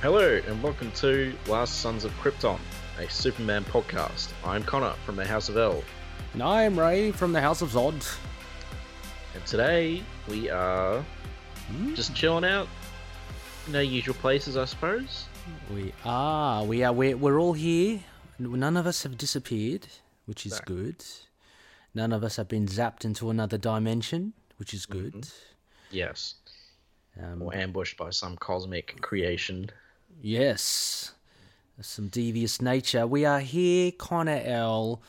Hello, and welcome to Last Sons of Krypton, a Superman podcast. I'm Connor from the House of L, And I'm Ray from the House of Zod. and today we are just chilling out in our usual places, I suppose. We are. We are. We're, we're all here. N- None of us have disappeared, which is No. good. None of us have been zapped into another dimension, which is good. Yes, Um, or ambushed by some cosmic creation. Yes. Some devious nature. We are here, Connor L,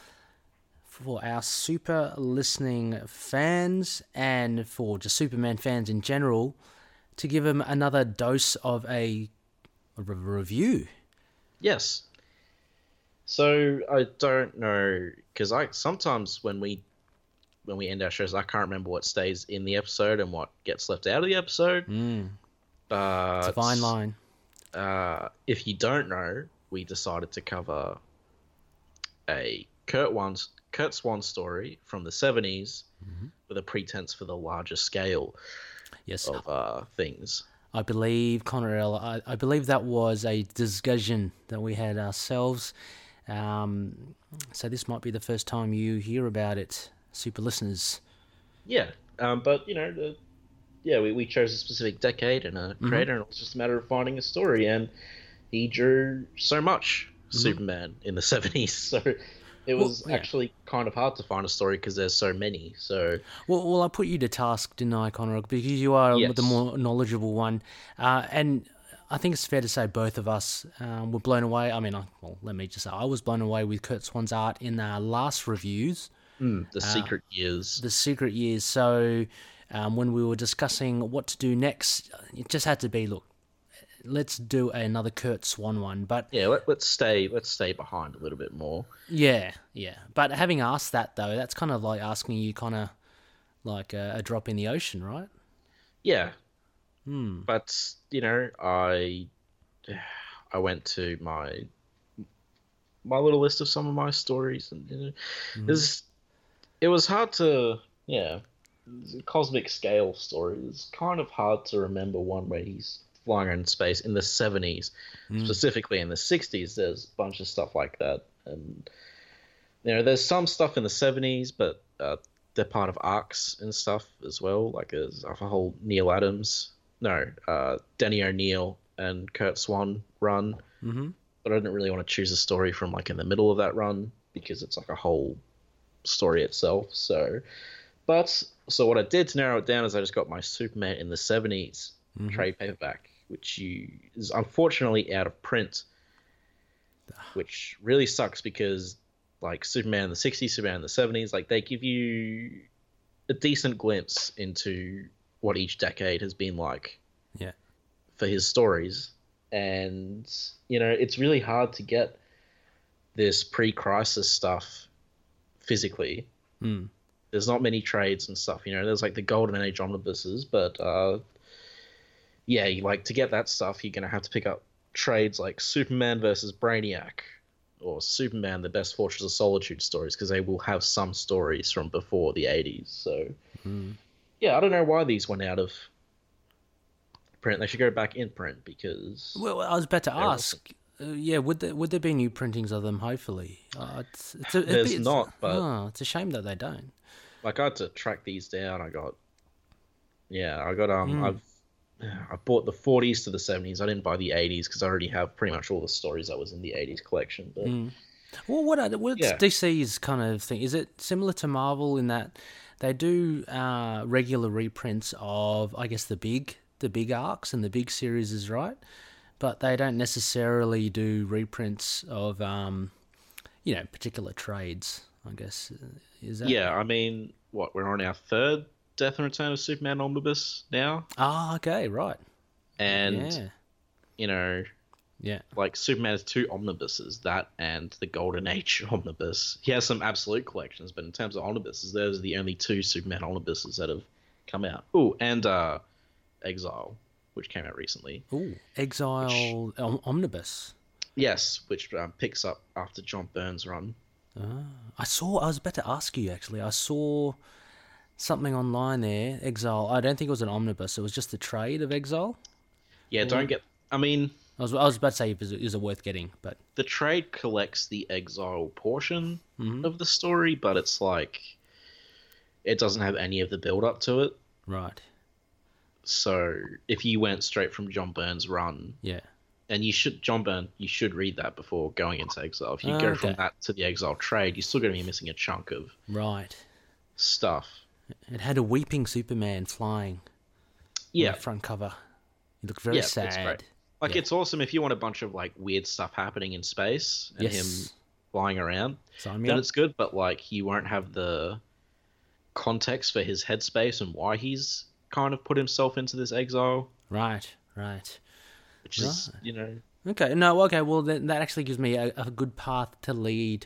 for our super listening fans and for just Superman fans in general, to give them another dose of a, a re- review. Yes. So I don't know because I sometimes when we when we end our shows, I can't remember what stays in the episode and what gets left out of the episode. But It's a fine line. uh, if you don't know, we decided to cover a Kurt, Wan- Kurt Swan story from the 70s Mm-hmm. with a pretense for the larger scale Yes. of uh, things. I believe Connor L. I, I believe that was a discussion that we had ourselves. Um, so this might be the first time you hear about it, super listeners. Yeah, um, but you know, the, yeah, we, we chose a specific decade and Mm-hmm. a creator, and it was just a matter of finding a story. And he drew so much Superman in the 70s, so it Mm-hmm. Well, was yeah. actually kind of hard to find a story because there's so many. So, Well, well, I put you to task, didn't I, Conor? Because you are Yes. the more knowledgeable one, uh, and I think it's fair to say both of us um, were blown away. I mean, I, well, let me just say I was blown away with Kurt Swan's art in our last reviews, Mm. the Ah. secret years. The Secret Years. So, um, when we were discussing what to do next, it just had to be look. Let's do another Kurt Swan one, but Yeah, let, let's stay let's stay behind a little bit more. Yeah, yeah. But having asked that though, that's kind of like asking you kind of like a, a drop in the ocean, right? Hmm. Yeah. But you know, I I went to my my little list of some of my stories, and you know, there's- it was hard to yeah, cosmic scale story. It's kind of hard to remember one where he's flying in space in the seventies, Hmm. Mm. specifically in the sixties. There's a bunch of stuff like that, and you know, there's some stuff in the seventies, but uh, they're part of arcs and stuff as well. Like there's a whole Neil Adams, no, uh, Danny O'Neill and Kurt Swan run Mm-hmm. but I didn't really want to choose a story from like in the middle of that run because it's like a whole story itself. So, but so what I did to narrow it down is I just got my Superman in the 70s Mm-hmm. trade paperback, which you, is unfortunately out of print, which really sucks because like Superman in the 60s, Superman in the 70s, like they give you a decent glimpse into what each decade has been like Yeah. for his stories and you know it's really hard to get this pre-crisis stuff physically Mm. there's not many trades and stuff you know there's like the golden age omnibuses but uh yeah you- like to get that stuff you're gonna have to pick up trades like superman versus brainiac or superman the best fortress of solitude stories because they will have some stories from before the 80s so Hmm. yeah i don't know why these went out of print they should go back in print because Well, I was about to well- ask. Uh, yeah, would there would there be new printings of them? Hopefully, uh, it's, it's a, it'd There's be, it's, not, but- Oh, it's a shame that they don't. like I had to track these down. I got, yeah, I got um, I've I bought the 40s to the 70s. I didn't buy the 80s because I already have pretty much all the stories that was in the 80s collection. Hmm. But Well, what are, what's Mm. Yeah. DC's kind of thing? Is it similar to Marvel in that they do uh, regular reprints of, I guess, the big the big arcs and the big series is right, but they don't necessarily do reprints of, um, you know, particular trades. I guess is that yeah, I mean, what we're on our third Death and Return of Superman omnibus now, Ah, okay, right. and yeah, you know, yeah. like Superman has two omnibuses, that and the Golden Age omnibus. He has some absolute collections, but in terms of omnibuses, those are the only two Superman omnibuses that have come out. Oh, and uh, Exile, which came out recently. Ooh, Exile Om- Omnibus. Yes, which um, picks up after John Burns' run. Ah. I saw. I was about to ask you actually. I saw something online there. Exile. I don't think it was an omnibus. It was just the trade of Exile. Yeah, don't get. I mean, I was, I was about to say, is it, is it worth getting? But The trade collects the exile portion Mhm. of the story, but it's like it doesn't have any of the build up to it. right, So if you went straight from John Byrne's run, yeah, and you should John Byrne, you should read that before going into Exile. If you go Okay. from that to the Exile trade, you're still going to be missing a chunk of right. stuff. It had a weeping Superman flying. Yeah, on the front cover. He looked very Yeah, it's great. sad. like yeah. it's awesome if you want a bunch of like weird stuff happening in space and him Yes. flying around. Sign me Then up. it's good, but like you won't have the context for his headspace and why he's kind of put himself into this exile, Right, right. which is you know Okay, no, okay. Well, then that actually gives me a, a good path to lead.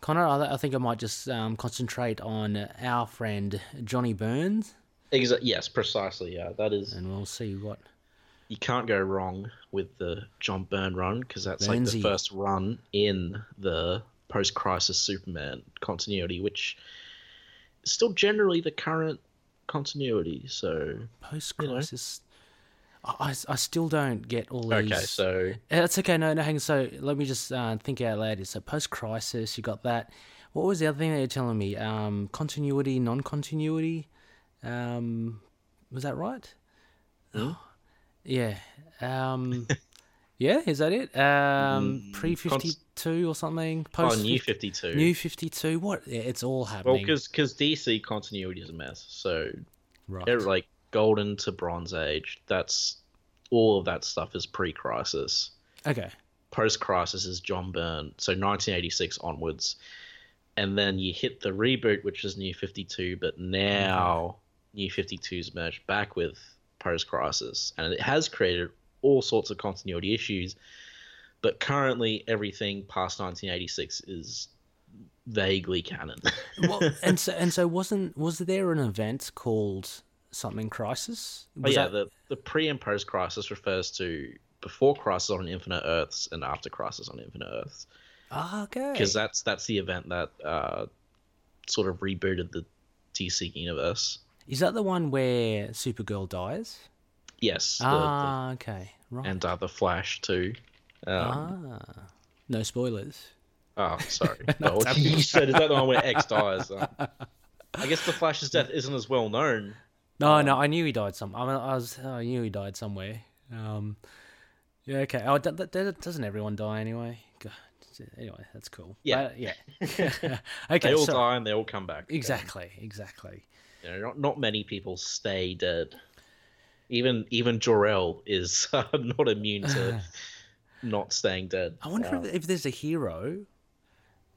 Connor, I, I think I might just um, concentrate on our friend Johnny Burns, exa- yes, precisely. Yeah, that is and we'll see what. you can't go wrong with the John Byrne run because that's like Burnsy. the first run in the post-crisis Superman continuity, which is still generally the current continuity. So Post crisis. I, I, I still don't get all these. okay, so Uh, That's okay. No, no, hang on. So let me just uh, think out loud. here. So post crisis, you got that. What was the other thing that you're telling me? Um, continuity, non continuity. Um, was that right? Yeah. Um, yeah. Is that it? Um, pre fifty two or something. Post oh, new 50 Fifty Two. new fifty two. What? Yeah, it's all well, happening. because DC continuity is a mess. So right. they're like Golden to Bronze Age. That's all of that stuff is pre-crisis. Okay. post crisis is John Byrne, so 1986 onwards. And then you hit the reboot, which is New 52, but now New 52's merged back with post crisis. And it has created all sorts of continuity issues, but currently everything past 1986 is vaguely canon. Well, and so and so wasn't was there an event called something crisis? but Was Oh, yeah, that- the, the pre and post crisis refers to before Crisis on Infinite Earths and after Crisis on Infinite Earths. Ah, okay. because that's that's the event that uh, sort of rebooted the DC universe. Is that the one where Supergirl dies? Yes, the- the- ah, okay, right. and uh, the Flash too. Um, ah, no spoilers. Ah. Oh, sorry. Well, you said is that the one where X dies? Um, I guess the Flash's death isn't as well known. No, no, I knew he died some. I, mean, I was, I knew he died somewhere. Um, yeah, okay. Oh, d- d- d- doesn't everyone die anyway? God. Anyway, that's cool. Yeah. But, yeah. okay, They all so die and they all come back. exactly, exactly. You know, not not many people stay dead. Even even Jor-El is uh, not immune to not staying dead. I wonder Um, if, if there's a hero,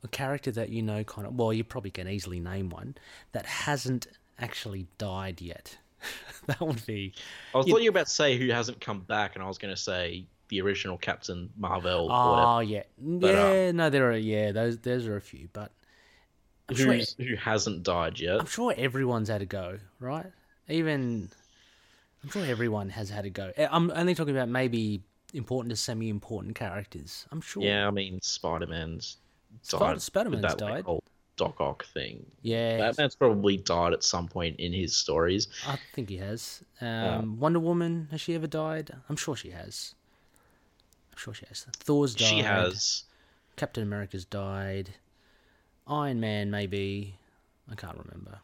a character that you know, kind of. Well, you probably can easily name one that hasn't actually died yet. that would be. I was thought you were about to say who hasn't come back, and I was going to say the original Captain Marvel, or Oh yeah, um, yeah. no, there are yeah. Those those are a few, but I'm whatever, sure, who's, who hasn't died yet. I'm sure everyone's had a go, right? Even I'm sure everyone has had a go. Eh, I'm only talking about maybe important to semi-important characters. I'm sure. Yeah, I mean Spider Man's Spid- died. with Spider-Man's that, died. whole Doc Ock thing. Yeah, Batman's probably died at some point in his stories. I think he has. Um, Wonder Woman has she ever died? I'm sure she has. I'm sure she has. Thor's died. She has. Captain America's died. Iron Man maybe. I can't remember.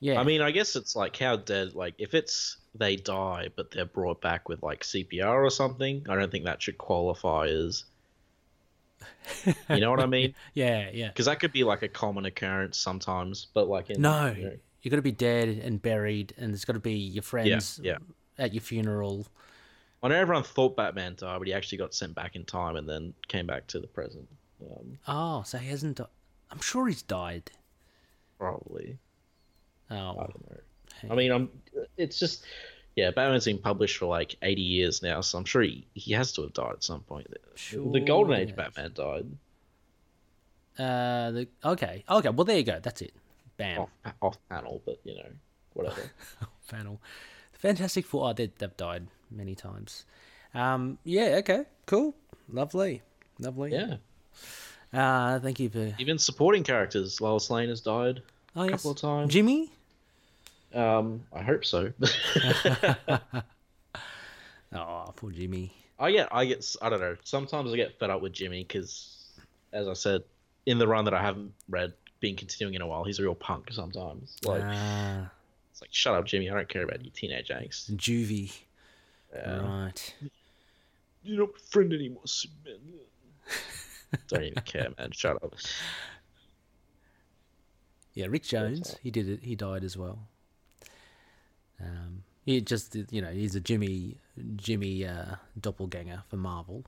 Yeah. I mean, I guess it's like how dead. Like if it's they die, but they're brought back with like CPR or something. I don't think that should qualify as. You know what I mean? yeah, yeah. Because that could be like a common occurrence sometimes, but like in No, you know, you've got to be dead and buried, and there's got to be your friends yeah. at your funeral. I know everyone thought Batman died, but he actually got sent back in time and then came back to the present. Um, Oh, so he hasn't. Di- I'm sure he's died. probably. I Oh, don't know. I mean, I'm. It's just, yeah. Batman's been published for like eighty years now, so I'm sure he, he has to have died at some point. The- the Golden Sure, Age yes. Batman died. uh, the, okay, okay. Well, there you go. That's it. Bam. Off, off panel, but you know, whatever. Fennel. The Fantastic Four. Oh, they, they've died many times. Um, yeah. Okay. Cool. Lovely. Lovely. yeah. Uh, thank you for. Even supporting characters, Lois Lane has died. Oh, yes. couple of times. Jimmy. Um, I hope so. Oh, poor Jimmy. I get, I get, I don't know. Sometimes I get fed up with Jimmy because, as I said, in the run that I haven't read, been continuing in a while, he's a real punk sometimes. Like, Ah, it's like, shut up, Jimmy. I don't care about your teenage angst. juvie. Yeah. Right. You're not my friend anymore, Superman. don't even care, man. Shut up. Yeah, Rick Jones. He did it. He died as well. Um, he just you know he's a Jimmy Jimmy uh, doppelganger for Marvel.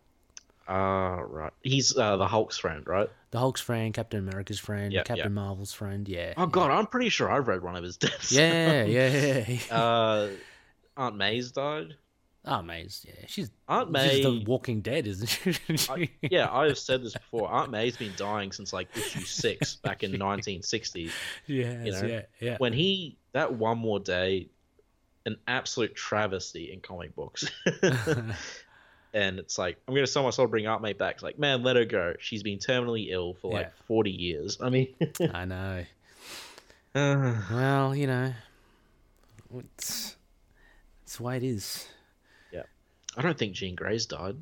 Ah, right. He's uh, the Hulk's friend, right? The Hulk's friend, Captain America's friend, Yeah, Captain Marvel's friend. Yeah. Oh God, I'm pretty sure I've read one of his deaths. Yeah, yeah. yeah. uh, Aunt May's died. oh, May's. Yeah, she's. Aunt May. She's the Walking Dead, isn't she? I- yeah, I've said this before. Aunt May's been dying since like issue six back in 1960. yes, you know, yeah, yeah. When he that one more day, an absolute travesty in comic books. and it's like I'm gonna sell my soul, to bring Aunt May back. It's like, man, let her go. She's been terminally ill for like Yeah. 40 years. I mean, I know. uh, Well, you know, it's it's the way it is. I don't think Jean Grey's died.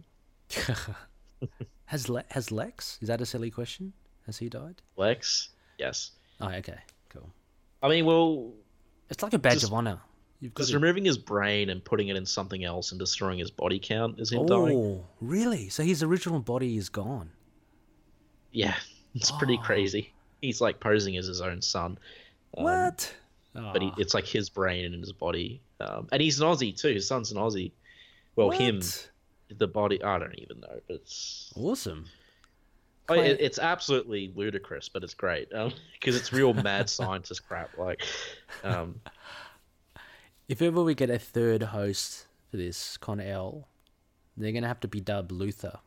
Has Le- has Lex? Is that a silly question? Has he died? Lex, yes. Oh, okay, cool. I mean, well, It's like a badge Just- of honor. You've got Because to. removing his brain and putting it in something else and destroying his body count is him dying. Oh, really? So his original body is gone. Yeah, it's pretty Oh. crazy. He's like posing as his own son, what? Um, but he, Ah, it's like his brain and his body. Um, and he's an Aussie too. His son's an Aussie. Well, him, what? the body. I don't even know, but it's Awesome. oh, Clay- it, it's absolutely ludicrous, but it's great because it's real mad scientist crap. Like, um, If ever we get a third host for this Con L, they're gonna have to be dubbed Luther.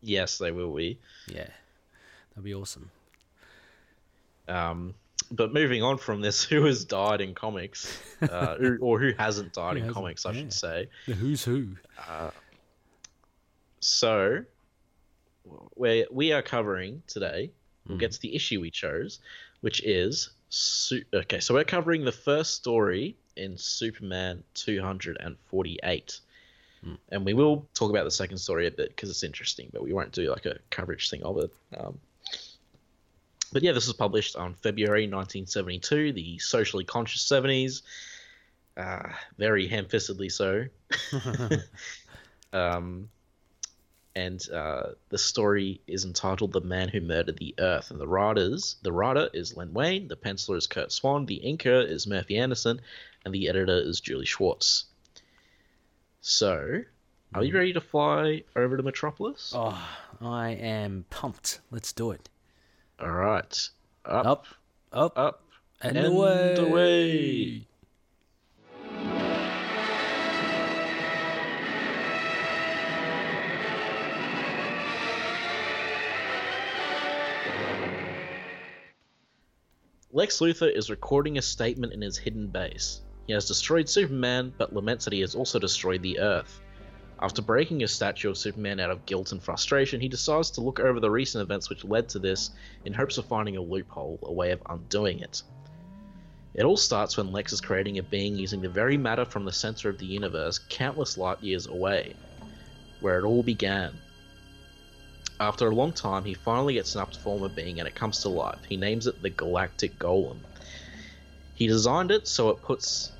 yes, they will be. Yeah, that'd be awesome. Um, but moving on from this, who has died in comics, uh, who- or who hasn't died in hasn't, comics, I yeah. should say. The who's who. So, where we are covering today, we'll get to the issue we chose, which is su- okay. So we're covering the first story in Superman 248, and we will talk about the second story a bit because it's interesting, but we won't do like a coverage thing of it. Um, but yeah, this was published on February 1972, the socially conscious 70s. Uh, very ham-fistedly so. um, and uh, the story is entitled "The Man Who Murdered the Earth." And the writers, the writer is Len Wayne, the penciler is Kurt Swan, the inker is Murphy Anderson, and the editor is Julie Schwartz. So, are you ready to fly over to Metropolis? Oh, I am pumped. Let's do it. All right, up, up, Up, up, and, away. away. Lex Luthor is recording a statement in his hidden base. He has destroyed Superman, but laments that he has also destroyed the Earth. After breaking a statue of Superman out of guilt and frustration, he decides to look over the recent events which led to this in hopes of finding a loophole, a way of undoing it. It all starts when Lex is creating a being using the very matter from the center of the universe, countless light years away, where it all began. After a long time, he finally gets an up to form of being and it comes to life. He names it the Galactic Golem. He designed it so it puts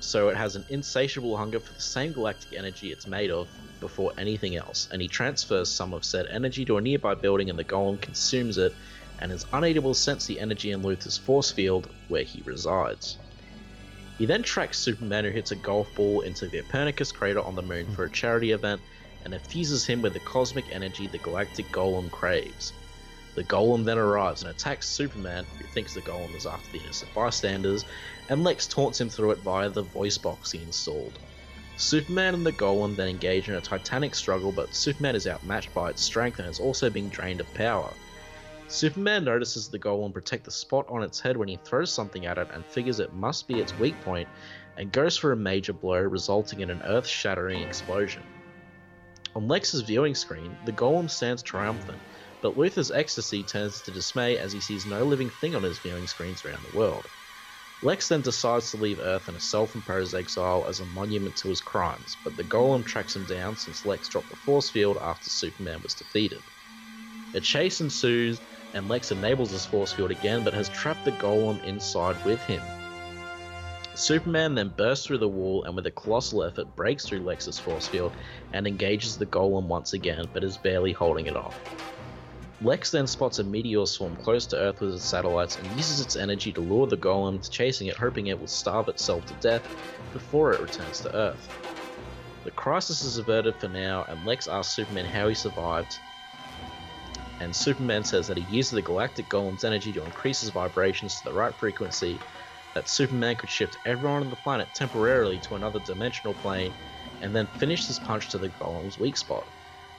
so it has an insatiable hunger for the same galactic energy it's made of before anything else, and he transfers some of said energy to a nearby building and the golem consumes it and is unable to sense the energy in Luthor's force field where he resides. He then tracks Superman, who hits a golf ball into the Copernicus crater on the moon for a charity event, and infuses him with the cosmic energy the galactic golem craves. The golem then arrives and attacks Superman, who thinks the golem is after the innocent bystanders, and Lex taunts him through it via the voice box he installed. Superman and the golem then engage in a titanic struggle, but Superman is outmatched by its strength and is also being drained of power. Superman notices the golem protect the spot on its head when he throws something at it and figures it must be its weak point and goes for a major blow, resulting in an earth shattering explosion. On Lex's viewing screen, the golem stands triumphant, but Luthor's ecstasy turns to dismay as he sees no living thing on his viewing screens around the world. Lex then decides to leave Earth in a self imposed exile as a monument to his crimes, but the Golem tracks him down since Lex dropped the force field after Superman was defeated. A chase ensues, and Lex enables his force field again but has trapped the Golem inside with him. Superman then bursts through the wall and, with a colossal effort, breaks through Lex's force field and engages the Golem once again but is barely holding it off. Lex then spots a meteor swarm close to Earth with its satellites and uses its energy to lure the golem, chasing it, hoping it will starve itself to death before it returns to Earth. The crisis is averted for now, and Lex asks Superman how he survived. And Superman says that he used the galactic golem's energy to increase his vibrations to the right frequency, that Superman could shift everyone on the planet temporarily to another dimensional plane, and then finish his punch to the golem's weak spot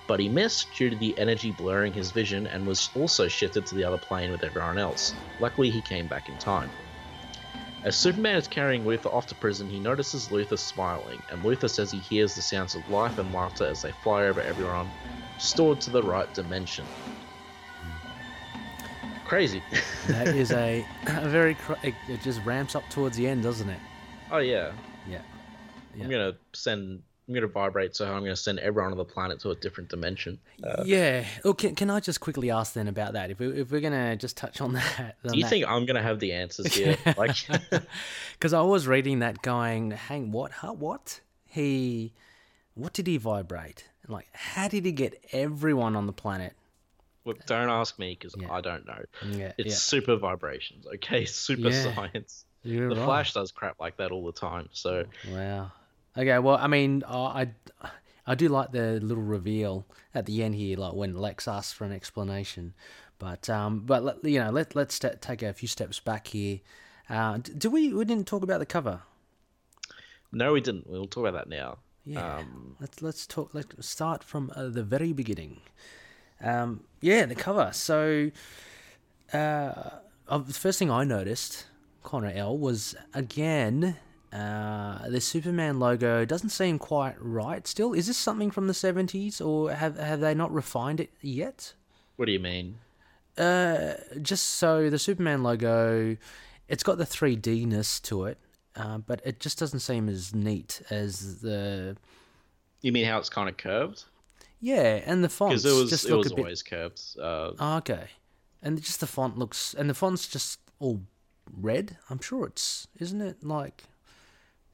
but he missed due to the energy blurring his vision and was also shifted to the other plane with everyone else. Luckily, he came back in time. As Superman is carrying Luthor off to prison, he notices Luthor smiling, and Luthor says he hears the sounds of life and laughter as they fly over everyone, stored to the right dimension. Crazy. that is a, a very. Cra- it, it just ramps up towards the end, doesn't it? Oh yeah. Yeah. yeah. I'm gonna send I'm going to vibrate so I'm going to send everyone on the planet to a different dimension. Uh, yeah. Oh, can, can I just quickly ask then about that? If, we, if we're going to just touch on that. On do you that. think I'm going to have the answers here? like, Because I was reading that going, hang, what? Huh, what? He, what did he vibrate? And like, how did he get everyone on the planet? Well, don't ask me because yeah. I don't know. Yeah, it's yeah. super vibrations, okay? Super science. You're the right. Flash does crap like that all the time. So wow, Okay, well, I mean, uh, I I do like the little reveal at the end here, like when Lex asks for an explanation. But um, but let, you know, let let's t- take a few steps back here. Uh, do we we didn't talk about the cover? No, we didn't. We'll talk about that now. Yeah, um, let's let's talk. Let's start from uh, the very beginning. Um, yeah, the cover. So, uh, the first thing I noticed, Connor L was again uh, the Superman logo doesn't seem quite right still. Is this something from the 70s or have have they not refined it yet? What do you mean? Uh, just so the Superman logo, it's got the 3D-ness to it, uh, but it just doesn't seem as neat as the. You mean how it's kind of curved? Yeah, and the fonts because it was Oh, just it was always bit... curved. Oh, okay, and just the font looks and the font's just all red. I'm sure it's isn't it like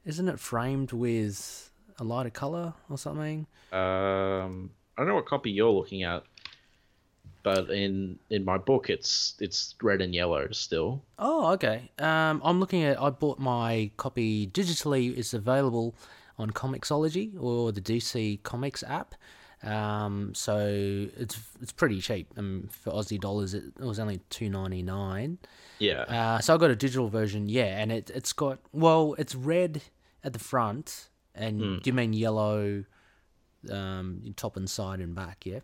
isn't it framed with a lighter color or something? Um, I don't know what copy you're looking at, but in in my book, it's it's red and yellow still. Oh, okay. Um, I'm looking at. I bought my copy digitally. It's available on Comixology or the DC Comics app. Um, so it's it's pretty cheap. Um, for Aussie dollars, it, it was only two ninety nine. Yeah. Uh, so I got a digital version, yeah, and it it's got well, it's red at the front, and Hmm. mm. do you mean yellow, um, top and side and back, yeah.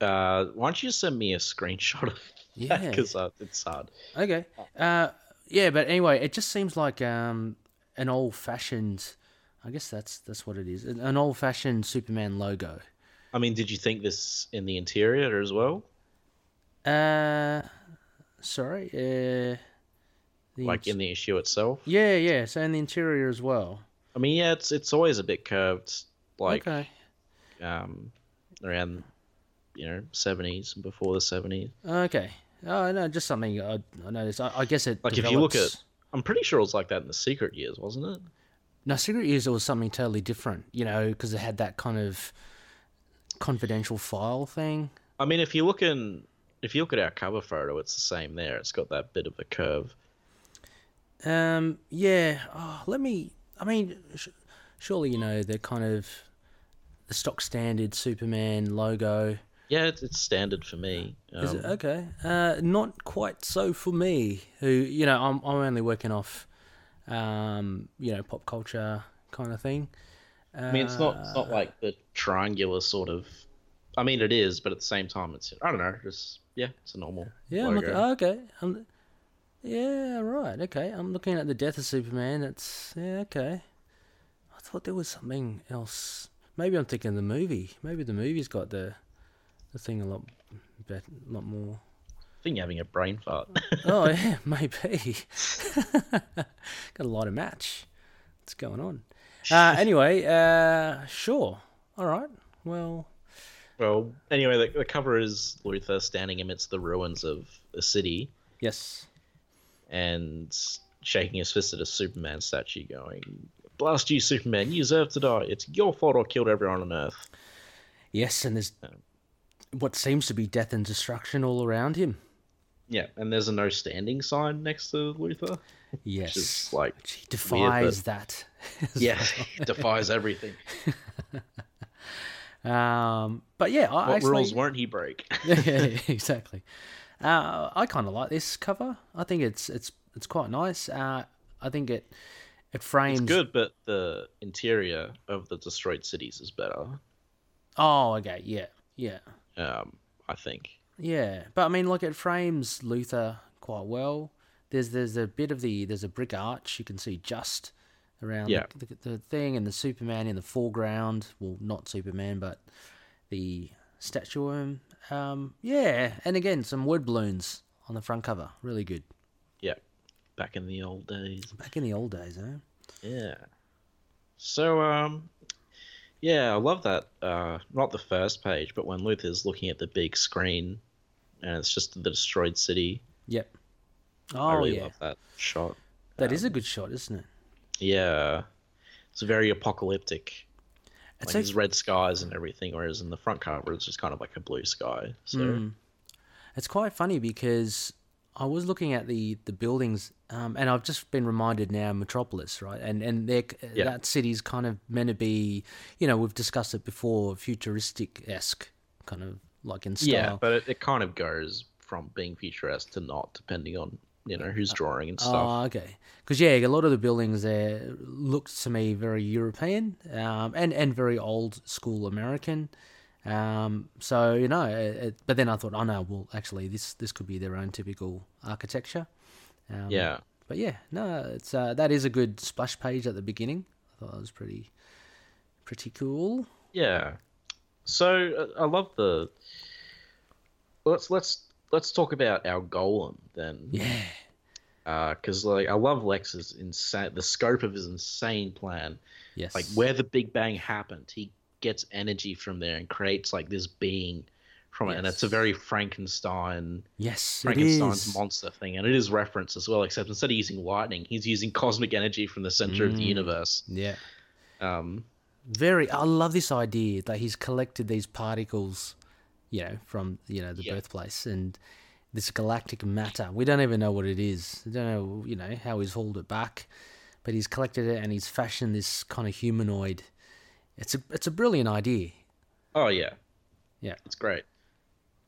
Uh, why don't you send me a screenshot of yeah. Because uh, it's hard. Okay. Uh, yeah, but anyway, it just seems like um an old fashioned. I guess that's that's what it is. An old-fashioned Superman logo. I mean, did you think this in the interior as well? Uh, sorry. Uh, like in the issue itself. Yeah, yeah. So in the interior as well. I mean, yeah, it's it's always a bit curved, like okay. um, around you know seventies and before the seventies. Okay. Oh no, just something I, I noticed. I, I guess it like if develops... you look at. I'm pretty sure it was like that in the Secret years, wasn't it? No, Secret Years it was something totally different, you know, because it had that kind of confidential file thing. I mean, if you look in, if you look at our cover photo, it's the same there. It's got that bit of a curve. Um. Yeah. Oh, let me. I mean, sh- surely you know the kind of the stock standard Superman logo. Yeah, it's, it's standard for me. Um, Is it okay? Uh, not quite so for me. Who you know, I'm I'm only working off um, you know, pop culture kind of thing. Uh, I mean, it's not it's not like the triangular sort of. I mean, it is, but at the same time, it's I don't know, just yeah, it's a normal. Yeah, logo. I'm looking, oh, okay. I'm, yeah, right. Okay, I'm looking at the death of Superman. It's yeah, okay. I thought there was something else. Maybe I'm thinking the movie. Maybe the movie's got the the thing a lot better, a lot more. I think you're having a brain fart. oh yeah, maybe. Got a lot of match. What's going on? Uh, anyway, uh, sure. All right. Well, well, anyway, the, the cover is Luther standing amidst the ruins of a city yes. and shaking his fist at a Superman statue, going, "Blast you, Superman! You deserve to die. It's your fault I killed everyone on Earth." Yes, and there's what seems to be death and destruction all around him. Yeah, and there's a no standing sign next to Luther. Yes. is, like, Which he defies that. as Yeah, defies everything. well. Um, but yeah, I What actually. rules won't he break? yeah, exactly. Uh, I kind of like this cover. I think it's it's it's quite nice. Uh, I think it it frames. It's good, but the interior of the destroyed cities is better. Oh, okay, yeah, yeah, Um, I think. yeah. But I mean, like it frames Luther quite well. There's there's a bit of the there's a brick arch you can see just around Yeah. the, the, the thing and the Superman in the foreground. Well, not Superman, but the statue. of him. Um, yeah, and again some word balloons on the front cover. Really good. Yeah, back in the old days. Back in the old days, eh? Yeah. So, um, yeah, I love that. Uh, not the first page, but when Luther's looking at the big screen, and it's just the destroyed city. Yep. Oh I really yeah, love that shot. that is a good shot, isn't it? Yeah, it's very apocalyptic. It's Like ac- there's red skies and everything, whereas in the front cover it's just kind of like a blue sky. So Mm. It's quite funny because I was looking at the the buildings, um, and I've just been reminded now Metropolis, right? And and they're, Yeah. that city's kind of meant to be, you know, we've discussed it before, futuristic esque, kind of like in style. yeah, but it, it kind of goes from being futuristic to not, depending on you know who's drawing and stuff. Oh, okay. Because yeah, a lot of the buildings there looked to me very European, um, and and very old school American. Um, so you know, it, it, but then I thought, oh no, well, actually, this this could be their own typical architecture. Um, yeah, But yeah, no, it's uh, that is a good splash page at the beginning. I thought that was pretty, pretty cool. Yeah. So uh, I love the. Let's let's let's talk about our golem then, Yeah. because like I love Lex's insane the scope of his insane plan. Yes. Like where the Big Bang happened, he gets energy from there and creates like this being from it, and it's a Yes. very Frankenstein Yes, it Frankenstein's is. monster thing, and it is referenced as well. Except instead of using lightning, he's using cosmic energy from the center of the Mm. universe. yeah. Um, very i love this idea that he's collected these particles you know from you know the Yeah. birthplace and this galactic matter we don't even know what it is we don't know you know how he's hauled it back but he's collected it and he's fashioned this kind of humanoid it's a it's a brilliant idea oh yeah, Yeah. it's great.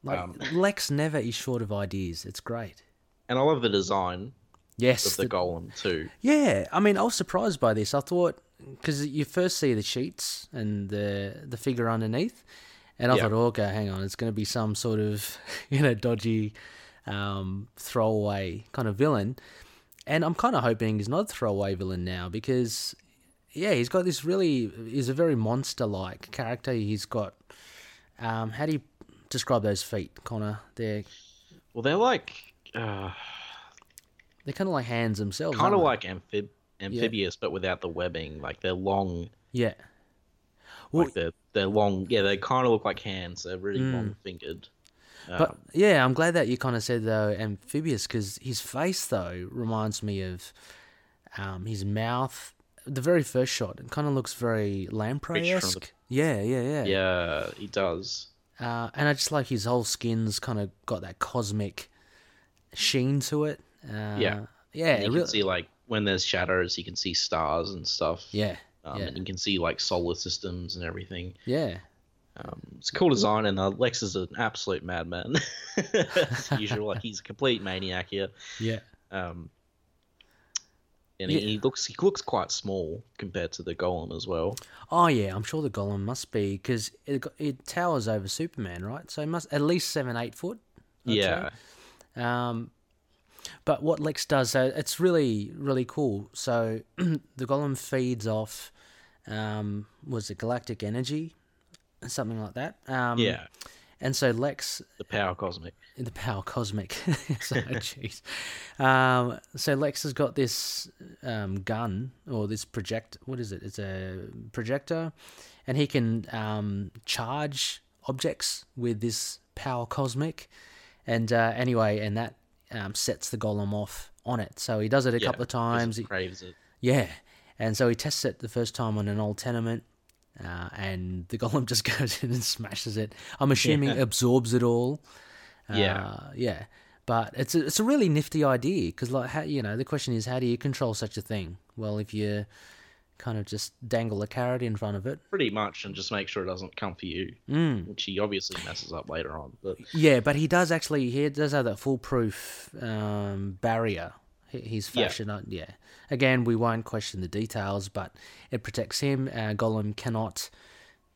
like Um. lex never is short of ideas it's great And I love the design yes of the the- golem too. Yeah, I mean, I was surprised by this. I thought because you first see the sheets and the the figure underneath, and I Yeah. thought, oh, okay, hang on, it's going to be some sort of you know dodgy um, throwaway kind of villain, and I'm kind of hoping he's not a throwaway villain now because yeah, he's got this really he's a very monster like character. He's got um, how do you describe those feet, Connor? They're Well, they're like uh, they're kind of like hands themselves, kind of aren't they? like amphib- amphibious, but without the webbing. Like they're long. yeah. Well, Mm. Like they're they're long. Yeah, they kind of look like hands. They're really long fingered. Um, But yeah, I'm glad that you kind of said though amphibious because his face though reminds me of um, his mouth. The very first shot, it kind of looks very lamprey Creature from esque. Yeah, yeah, yeah. Yeah, he does. Uh, and I just like his whole skin's kind of got that cosmic sheen to it. Uh, Yeah. yeah, And you really- can see like when there's shadows, you can see stars and stuff. yeah, Um, yeah, And you can see like solar systems and everything. yeah. Um, it's a cool design, and uh, Lex is an absolute madman. As usual, like he's a complete maniac here. yeah. Um, and he, he looks he looks quite small compared to the golem as well. Oh yeah, I'm sure the golem must be because it, got- it towers over Superman, right? So it must at least seven, eight foot. I'd say. yeah, Um, but what Lex does, so it's really, really cool. So the golem feeds off, um, was it galactic energy, something like that. Um, yeah, And so Lex The power cosmic. in the power cosmic. so jeez. Um, so Lex has got this um, gun or this project. What is it? It's a projector, and he can um, charge objects with this power cosmic. And uh, anyway, and that um, sets the golem off on it. So he does it a Yeah, couple of because times. It He- craves it. yeah. And so he tests it the first time on an old tenement, uh, and the golem just goes in and smashes it. I'm assuming absorbs it all. Yeah. Uh, yeah. But it's a, it's a really nifty idea because like how, you know the question is how do you control such a thing? Well, if you kind of just dangle a carrot in front of it. Pretty much, and just make sure it doesn't come for you, Mm. which he obviously messes up later on. But Yeah, but he does actually he does have that foolproof um, barrier. He- He's Yeah. fashioned on uh, yeah. Again, we won't question the details, but it protects him. Uh, Gollum cannot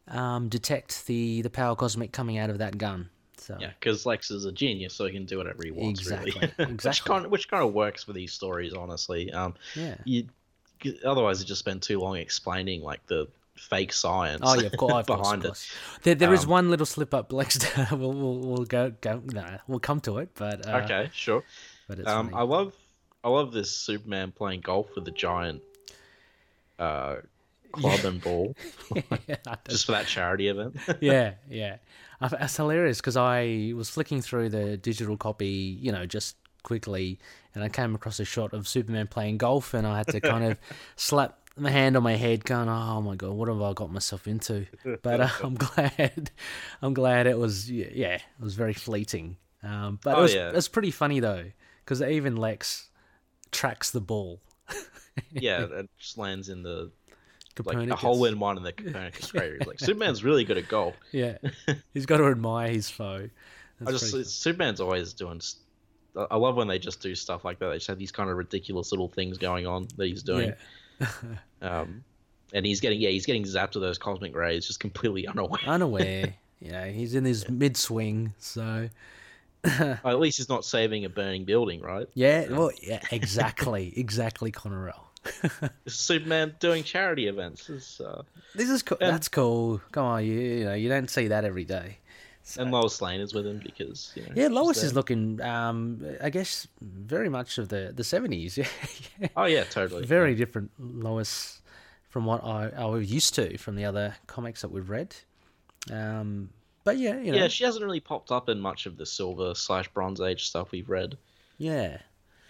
um, detect the the power cosmic coming out of that gun. So yeah, because Lex is a genius, so he can do whatever he wants, Exactly, really. which exactly. kind of, which kind of works for these stories, honestly. Um, yeah. you otherwise you just spend too long explaining like the fake science Oh yeah, of course, of course, of behind course. There, there is Um, one little slip up, Lex. we'll, we'll, we'll go go. No, we'll come to it, but uh, it. Okay, sure. But it's Um, I funny. love I love this Superman playing golf with a giant uh, club and ball yeah, I don't- just for that charity event. yeah, yeah. I, it's hilarious because I was flicking through the digital copy, you know, just quickly, and I came across a shot of Superman playing golf, and I had to kind of slap my hand on my head, going, "Oh my god, what have I got myself into?" But uh, I'm glad, I'm glad it was, yeah, yeah, it was very fleeting. Um, but Oh, it was, yeah. it's pretty funny though, because even Lex tracks the ball. yeah, it just lands in the like Copernicus. a hole in one in the Copernicus crater. Like Superman's really good at golf. Yeah, he's got to admire his foe. I That's just pretty- Superman's always doing. s- I I love when they just do stuff like that. They just have these kind of ridiculous little things going on that he's doing. yeah. Um, and he's getting yeah, he's getting zapped to those cosmic rays, just completely unaware. unaware. you know, he's in his mid swing. So Or at least he's not saving a burning building, right? yeah, well, yeah, exactly, exactly, Connorell. Superman doing charity events. Is, uh, This is cool. Um, That's cool. Come on, you, you know, you don't see that every day. and Lois Lane is with him because you know, Yeah, she's Lois there. is looking, um, I guess, very much of the the seventies. Yeah, yeah. Oh yeah, totally. very different Lois from what I I was used to from the other comics that we've read. Um, but yeah, you know, Yeah, she hasn't really popped up in much of the silver slash bronze age stuff we've read. yeah.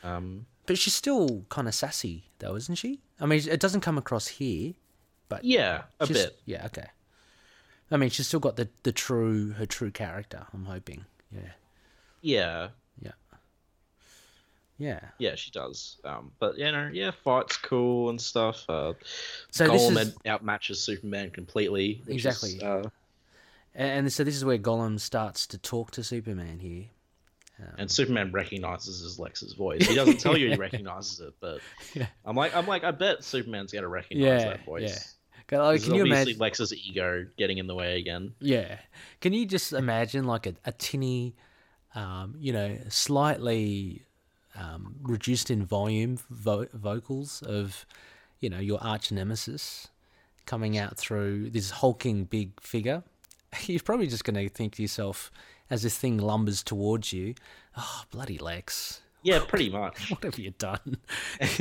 Um, But she's still kind of sassy, though, isn't she? I mean, it doesn't come across here. yeah, a She's- bit. Yeah, okay. I mean, she's still got the the true her true character. I'm hoping. Yeah, Yeah, yeah. yeah, she does. Um, but you know, yeah, fights cool and stuff. Uh, So this Golem is- outmatches Superman completely. which is, Exactly. uh, And, and so this is where Gollum starts to talk to Superman here. and Superman recognizes his Lex's voice. He doesn't tell you he recognizes it, but Yeah. I'm like, I'm like, I bet Superman's gonna recognize Yeah, that voice. yeah. Go, like, This can is you obviously imagine? Lex's ego getting in the way again. Yeah. Can you just imagine like a, a tinny, um, you know, slightly um, reduced in volume vo- vocals of, you know, your arch nemesis coming out through this hulking big figure? You're probably just going to think to yourself as this thing lumbers towards you, oh, bloody Lex, Yeah, pretty much. what have you done?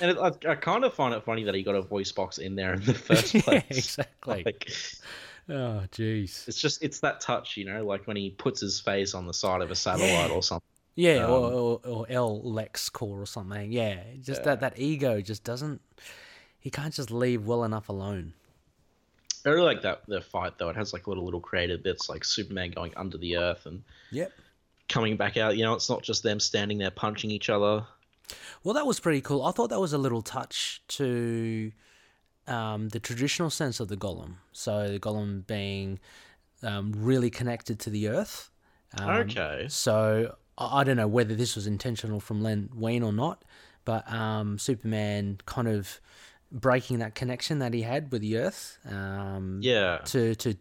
And it, I, I kind of find it funny that he got a voice box in there in the first yeah, place. exactly. Like, oh, jeez. it's just it's that touch, you know, like when he puts his face on the side of a satellite or something. Yeah, Um, or, or or L Lex Core or something. Yeah, just that that ego just doesn't. He can't just leave well enough alone. I really like that the fight though. It has like little little creative bits, like Superman going under the earth and Yep. coming back out. You know, it's not just them standing there punching each other. Well, that was pretty cool. I thought that was a little touch to um, the traditional sense of the golem. So the golem being um, really connected to the earth. Um, okay. So I I don't know whether this was intentional from Len Wein or not, but um, Superman kind of breaking that connection that he had with the earth. Um, Yeah. to to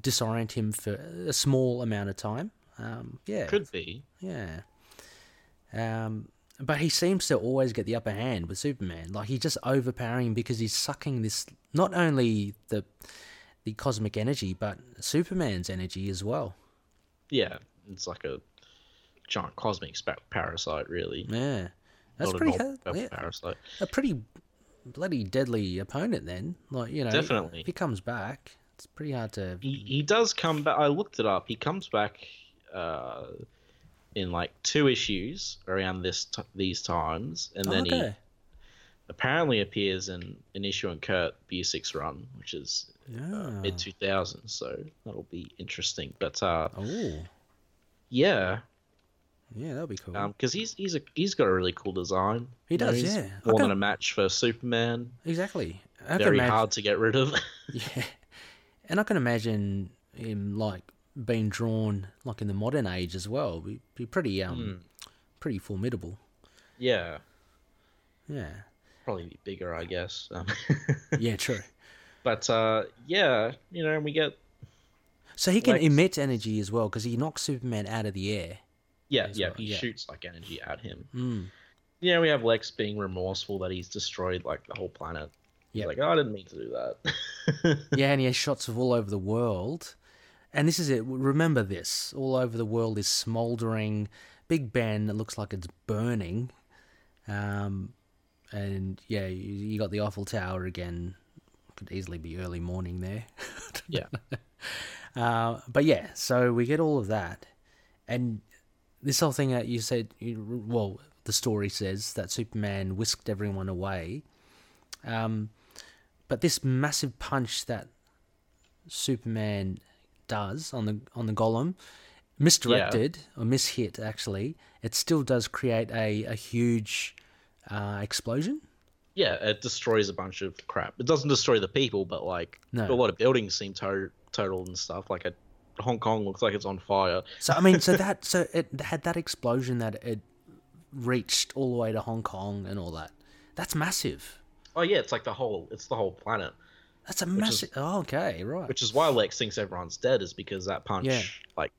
disorient him for a small amount of time. Um, yeah, Could be. yeah. Um, but he seems to always get the upper hand with Superman. Like he's just overpowering because he's sucking this not only the the cosmic energy, but Superman's energy as well. Yeah, it's like a giant cosmic spa- parasite, really. Yeah, that's Not a pretty normal hard, yeah, parasite. a pretty bloody deadly opponent. Then, like you know, Definitely. if he comes back, it's pretty hard to. He, he does come back. I looked it up. He comes back uh, in like two issues around this t- these times, and then he Oh, okay, apparently appears in an issue in Kurt B6 run, which is yeah. mid 2000s. So that'll be interesting. But uh, oh, yeah, yeah, that'll be cool. because he's he's a, he's got a really cool design. He You know, does, he's yeah. I More can- than a match for Superman. exactly. I can Very imagine- hard to get rid of. Yeah, and I can imagine him like being drawn like in the modern age as well. Be, be pretty um, Hmm. pretty formidable. yeah, Yeah, probably be bigger, I guess. Um, yeah, true. but uh, yeah, you know, and we get So he can Lex- emit energy as well because he knocks Superman out of the air. Hmm. Yeah, as yeah, well, he yeah. shoots like energy at him. Yeah, we have Lex being remorseful that he's destroyed like the whole planet. He's Yep. like, oh, I didn't mean to do that. yeah, and he has shots of all over the world. And this is it. Remember this: all over the world is smoldering. Big Ben that looks like it's burning. Um, and yeah, you, you got the Eiffel Tower again. Could easily be early morning there. yeah, Uh, but yeah, so we get all of that, and this whole thing that you said, you, well, the story says that Superman whisked everyone away, um, but this massive punch that Superman does on the on the Golem, misdirected or mishit actually, it still does create a a huge uh, explosion. yeah, it destroys a bunch of crap. It doesn't destroy the people, but like No. a lot of buildings seem to- totaled and stuff. Like a Hong Kong looks like it's on fire. So I mean, so that so it had that explosion that it reached all the way to Hong Kong and all that. That's massive. Oh yeah, it's like the whole, it's the whole planet. That's a massive. oh, okay, right. Which is why Lex thinks everyone's dead, is because that punch, Yeah. like,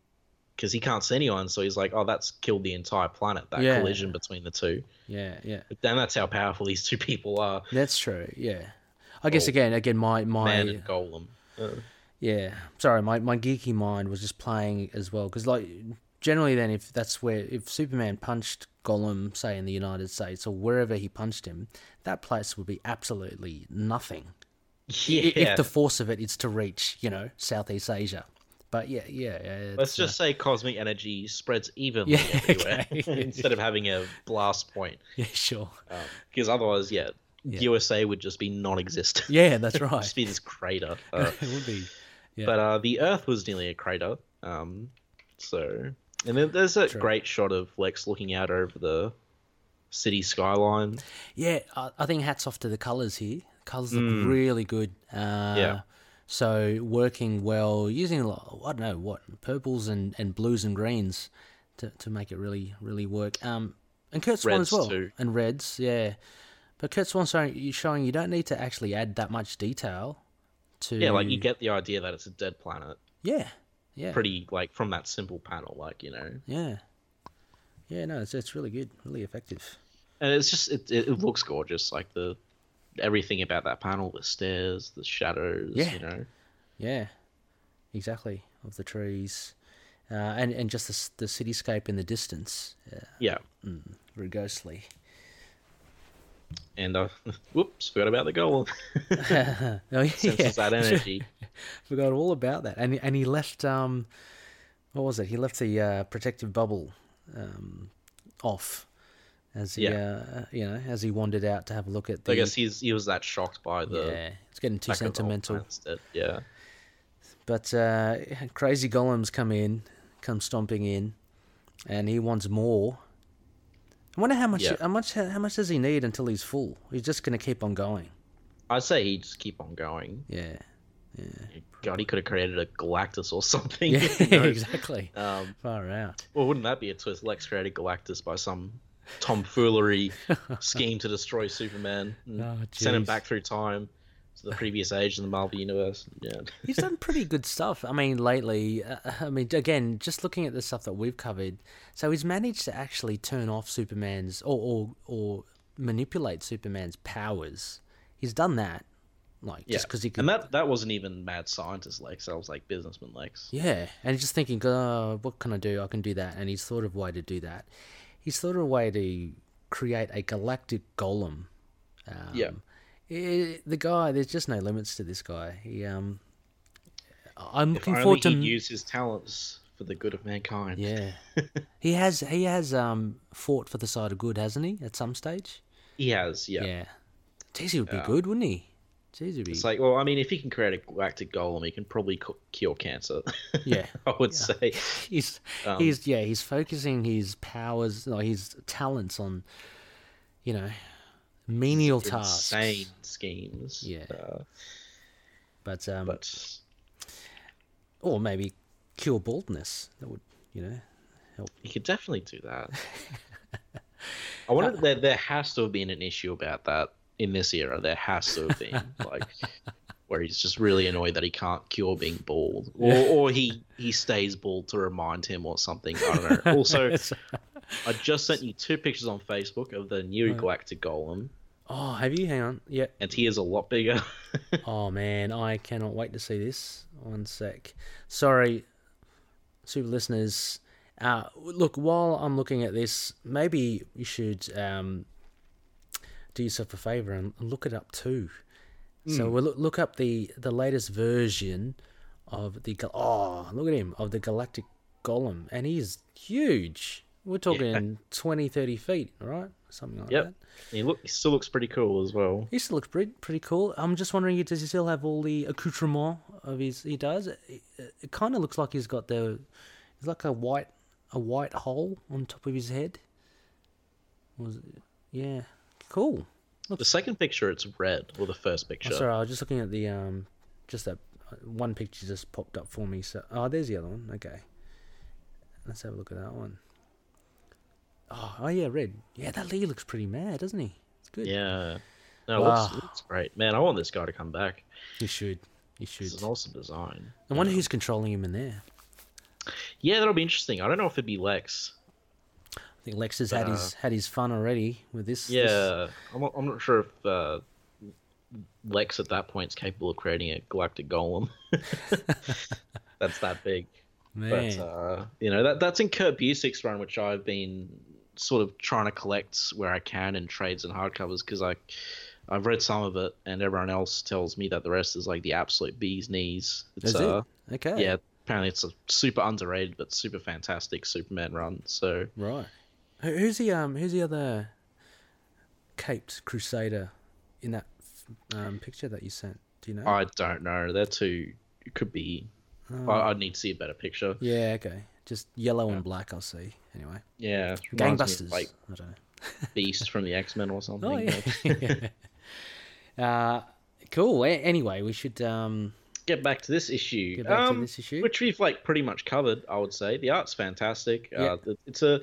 because he can't see anyone, so he's like, oh, that's killed the entire planet. That Yeah. collision between the two. yeah, yeah. But then that's how powerful these two people are. That's true. Yeah. I guess again, again, my my Man and Golem. Uh, yeah. Sorry, my my geeky mind was just playing as well because like generally, then if that's where if Superman punched Gollum, say in the United States or wherever he punched him, that place would be absolutely nothing. yeah. If the force of it is to reach, you know, Southeast Asia. But yeah, yeah. yeah Let's it's, uh, just say cosmic energy spreads evenly Yeah, everywhere okay. instead of having a blast point. yeah, sure. Because otherwise, yeah, USA would just be non existent. Yeah, that's just right. be this crater. Uh, it would be. Yeah. but uh, the Earth was nearly a crater. Um, so. And then there's a great shot of Lex looking out over the city skyline. Yeah, I, I think hats off to the colors here. Colors look really good. Uh, Hmm. Yeah. So working well, using a lot, I don't know what purples and, and blues and greens to, to make it really really work. Um, and Kurt Swan as Reds well, too. and reds, yeah. But Kurt Swan's showing you showing you don't need to actually add that much detail to Yeah, like you get the idea that it's a dead planet. yeah Mm. yeah Pretty, like, from that simple panel, like, you know. yeah yeah no it's it's really good really effective and it's just it, it, it looks gorgeous like the everything about that panel the stairs the shadows Yeah. you know Yeah, exactly. Of the trees, uh, and and just the s- the cityscape in the distance, yeah, yeah very ghostly. and uh whoops forgot about the golem Oh yeah, senses that energy forgot all about that. And and he left um, what was it? He left the uh, protective bubble um, off as he uh, you know as he wandered out to have a look at the. i guess he's he was that shocked by the yeah, it's getting too lack of the whole sentimental. planet's dead. yeah But uh, crazy golems come in, come stomping in, and he wants more. I wonder how much Yeah. how much how much does he need until he's full? He's just gonna keep on going. i'd say he'd just keep on going Yeah, god he could have created a galactus or something yeah, you know? exactly. um Far out. well wouldn't that be a twist lex created galactus by some tomfoolery scheme to destroy superman and Oh, send him jeez. back through time to the previous age in the marvel universe yeah He's done pretty good stuff. I mean, lately, uh, I mean, again, just looking at the stuff that we've covered, so he's managed to actually turn off Superman's or or, or manipulate Superman's powers. He's done that Like just because he could. and that that wasn't even mad scientist Lex. That was like businessman Lex. Yeah, and he's just thinking, oh, what can I do? I can do that. And he's thought of a way to do that. He's thought of a way to create a galactic golem. Um, Yeah. i- the guy, there's just no limits to this guy. He, um, I'm If looking only forward he'd to. use his talents for the good of mankind. Yeah, he has. He has um, fought for the side of good, hasn't he? At some stage. He has. Yeah. Yeah. Jeez, he would be good, wouldn't he? Jeez, he'd be. It's like, well, I mean, if he can create a galactic golem, he can probably cu- cure cancer. Yeah. I would say. he's he's yeah he's focusing his powers or his talents on you know menial tasks Insane schemes. Yeah. Uh, but um but or maybe cure baldness that would you know You could definitely do that. I wonder. Uh, there, there has to have been an issue about that in this era. There has to have been like where he's just really annoyed that he can't cure being bald, or, or he he stays bald to remind him or something. I don't know. Also, I just sent you two pictures on Facebook of the new Galactic Golem, oh have you hang on yeah and he is a lot bigger. oh man i cannot wait to see this one sec sorry super listeners uh look while i'm looking at this maybe you should um do yourself a favor and look it up too So we'll look, look up the the latest version of the gal- oh look at him of the galactic golem and he's huge. We're talking twenty thirty 20, 30 feet, right? Something like that. yep, he look he still looks pretty cool as well. He still looks pretty, pretty cool. I'm just wondering, does he still have all the accoutrement of his? He does. It, it kind of looks like he's got the, it's like a white, a white hole on top of his head. Was it? Yeah, cool. The second picture, it's red, or the first Oh, picture. sorry, I was just looking at the um, just that uh, one picture just popped up for me. So, oh, there's the other one. Okay, let's have a look at that one. Oh, oh yeah, red. Yeah, that Lee looks pretty mad, doesn't he? It's good. Yeah. No, Wow. looks, looks great. Man, I want this guy to come back. he should. He should. It's an awesome design. I wonder who's controlling him in there. Yeah, that'll be interesting. I don't know if it'd be Lex. I think Lex has had his had his fun already with this. this- uh, Yeah, I'm, not- I'm not sure if uh, Lex at that point is capable of creating a galactic golem. that's that big. man. But uh, you know that that's in Kurt Busiek's run, which I've been sort of trying to collect where I can in trades and hardcovers because I I've read some of it, and everyone else tells me that the rest is like the absolute bee's knees. It's, is uh, it okay? yeah, apparently it's a super underrated but super fantastic Superman run. So Right. Who, who's the um? Who's the other caped crusader in that um, picture that you sent? Do you know? I don't know. They're too. It could be. I, I'd need to see a better picture. Yeah, okay. Just yellow and black, I'll see. Anyway, Yeah. it reminds me of, gangbusters. Like I don't know. Beast from the X Men or something. Oh yeah. uh, cool. A- Anyway, we should. Um, Get back to this issue. Get back to Um, this issue. Which we've like pretty much covered, I would say. The art's fantastic. Yeah. Uh, th- it's a.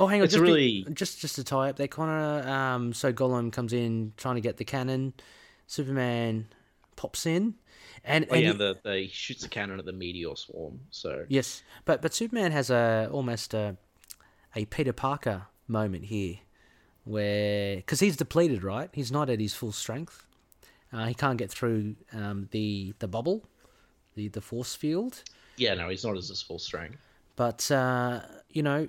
oh, hang on. It's just be- really- just just to tie up there, Connor. Um, so Gollum comes in trying to get the cannon. Superman pops in, and, Oh, and yeah, he- the, the, he shoots a cannon at the meteor swarm. So. yes, but but Superman has a almost a, a Peter Parker moment here, where because he's depleted, right? He's not at his full strength. Uh, he can't get through um, the the bubble, the the force field. Yeah, no, he's not as his full strength. But uh, you know,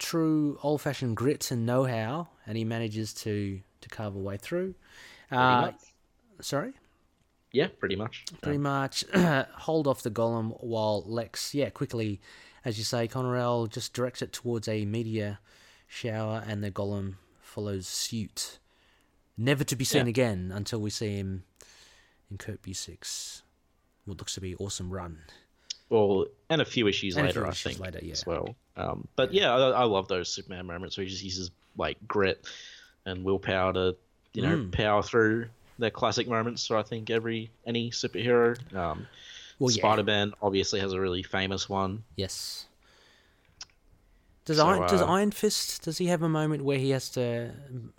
true old fashioned grit and know how, and he manages to to carve a way through. Uh, much. sorry, Yeah, pretty much. pretty much hold off the golem while Lex, yeah, quickly, as you say, Conrail just directs it towards a meteor shower, and the golem follows suit, never to be seen Yeah. again until we see him in Kurt Busiek's what looks to be awesome run. Well, and a few issues And a later, few I issues think, later, yeah. as well. Um, but yeah, I, I love those Superman moments where he just uses like grit and willpower to, you know, Mm. power through their classic moments. So I think every any superhero, um, Well, yeah. Spider Man obviously has a really famous one. Yes. Does So, Iron does uh, Iron Fist does he have a moment where he has to um,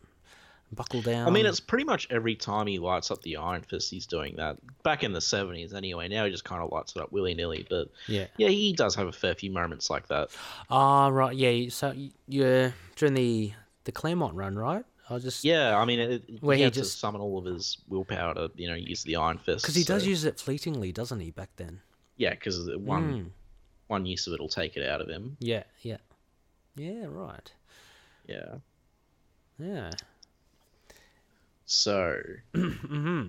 buckle down? I mean, it's pretty much every time he lights up the Iron Fist, he's doing that. Back in the seventies, anyway. Now he just kind of lights it up willy nilly. But yeah. yeah, he does have a fair few moments like that. Ah, right. Yeah. you- So y- you're during the the Claremont run, right? I just Yeah, I mean, it, it- Where he he had just- to summon all of his willpower to, you know, use the Iron Fist. because he does so- use it fleetingly, doesn't he? Back then. yeah, because one Mm. one use of it will take it out of him. Yeah. Yeah. Yeah. Right. Yeah. Yeah. So hmm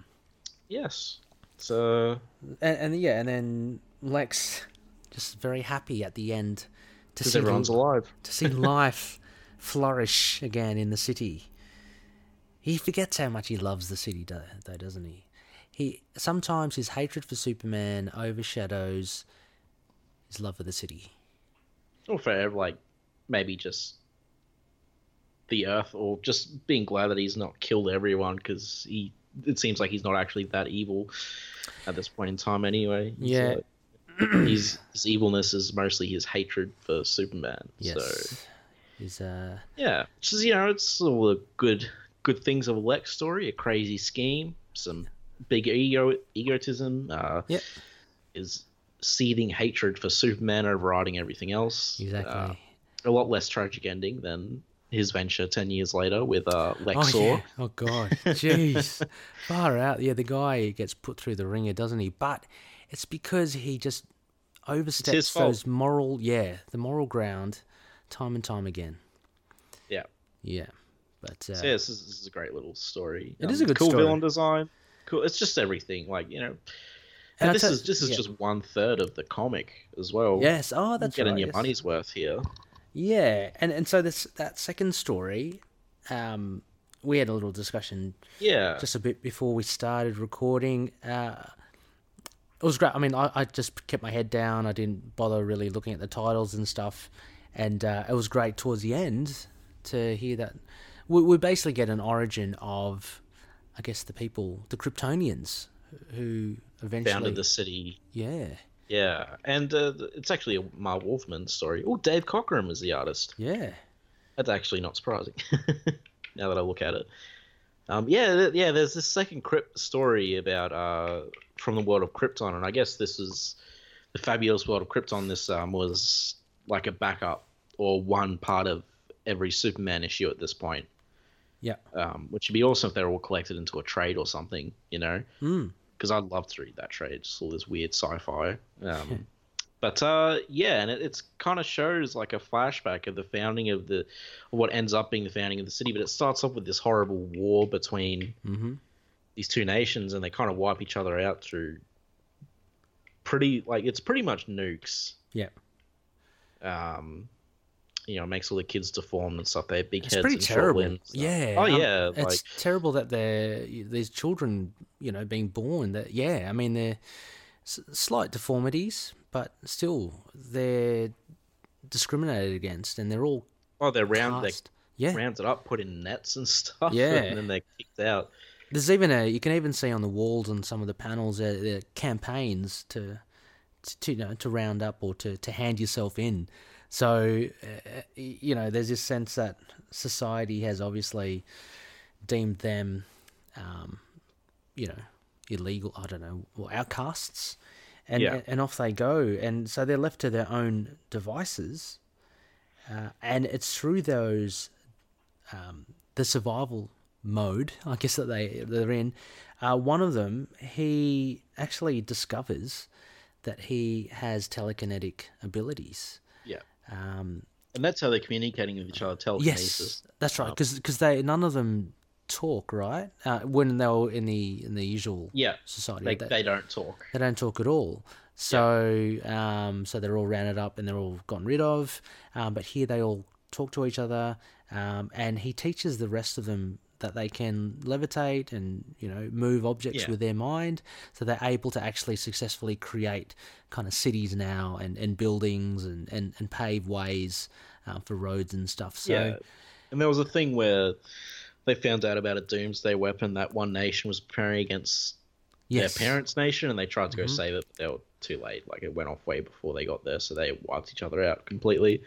yes, Mm-hmm. so and, and yeah, and then Lex just very happy at the end to because see everyone's alive. to see life flourish again in the city. He forgets how much he loves the city, do- though, doesn't he? He sometimes his hatred for Superman overshadows his love for the city. Or for uh, like maybe just the Earth, or just being glad that he's not killed everyone because he. It seems like he's not actually that evil at this point in time, anyway. It's Yeah. like- his his evilness is mostly his hatred for Superman. Yes, So he's uh, yeah, which is you know it's all the good good things of a Lex story, a crazy scheme, some big ego egotism. Uh, Yep. is seething hatred for Superman overriding everything else. exactly. Uh, a lot less tragic ending than his venture ten years later with uh, Oh, Lexor. yeah. oh god, jeez, far out. Yeah, the guy gets put through the ringer, doesn't he? But it's because he just oversteps fault. those moral, yeah, the moral ground, time and time again. Yeah. yeah, but uh, So yeah, this is, this is a great little story. Um, It is a good cool story. villain design. Cool. It's just everything. Like you know, And and I this tell- is this is yeah. just one third of the comic as well. yes, oh, that's getting right, your yes. money's worth here. Yeah, and and so this that second story, um, we had a little discussion Yeah, just a bit before we started recording. Uh, it was great. I mean, I, I just kept my head down. I didn't bother really looking at the titles and stuff. And uh, it was great towards the end to hear that. We, we basically get an origin of, I guess, the people, the Kryptonians, who eventually. founded the city. Yeah, Yeah, and uh, th- it's actually a Mark Wolfman story. Oh, Dave Cockrum was the artist. yeah. That's actually not surprising. now that I look at it. Um, yeah, th- yeah. There's this second Crypt story about uh, from the world of Krypton, and I guess this is the fabulous world of Krypton. This um, was like a backup or one part of every Superman issue at this point. Yeah. Um, which would be awesome if they were all collected into a trade or something, you know Mm. because I'd love to read that trade. Just all this weird sci-fi. Um, but uh, yeah, and it, it's kind of shows like a flashback of the founding of the, what ends up being the founding of the city. But it starts off with this horrible war between Mm-hmm. these two nations, and they kind of wipe each other out through. Pretty like it's pretty much nukes. Yeah. Um, you know, it makes all the kids deformed and stuff. They have big It's heads. pretty and short terrible. limbs. Yeah. Oh um, yeah. Like it's terrible that they're these children, you know, being born. That yeah, I mean they're s- slight deformities, but still they're discriminated against, and they're all oh, they're round. They're cast. Yeah, rounded up, put in nets and stuff. Yeah. And then they're kicked out. there's even a you can even see on the walls and some of the panels uh, the campaigns to to, to you know to round up or to to hand yourself in. So uh, you know, there's this sense that society has obviously deemed them, um, you know, illegal. I don't know, or outcasts, and Yeah. and off they go, and so they're left to their own devices, uh, and it's through those, um, the survival mode, I guess that they they're in. Uh, one of them, he actually discovers that he has telekinetic abilities. Yeah. Um, And that's how they're communicating with each other, telekinesis. Yes, that's right. Because they none of them talk, right? Uh, when they were in the in the usual Yeah. society, They, they, they don't talk. they don't talk at all. So um, so they're all rounded up and they're all gotten rid of. Um, but here they all talk to each other, um, and he teaches the rest of them that they can levitate and you know move objects Yeah. with their mind so they're able to actually successfully create kind of cities now and, and buildings and, and, and pave ways uh, for roads and stuff so yeah. And there was a thing where they found out about a doomsday weapon that one nation was preparing against yes. their parents' nation, and they tried to go Mhm. save it, but they were too late. Like it went off way before they got there, so they wiped each other out completely.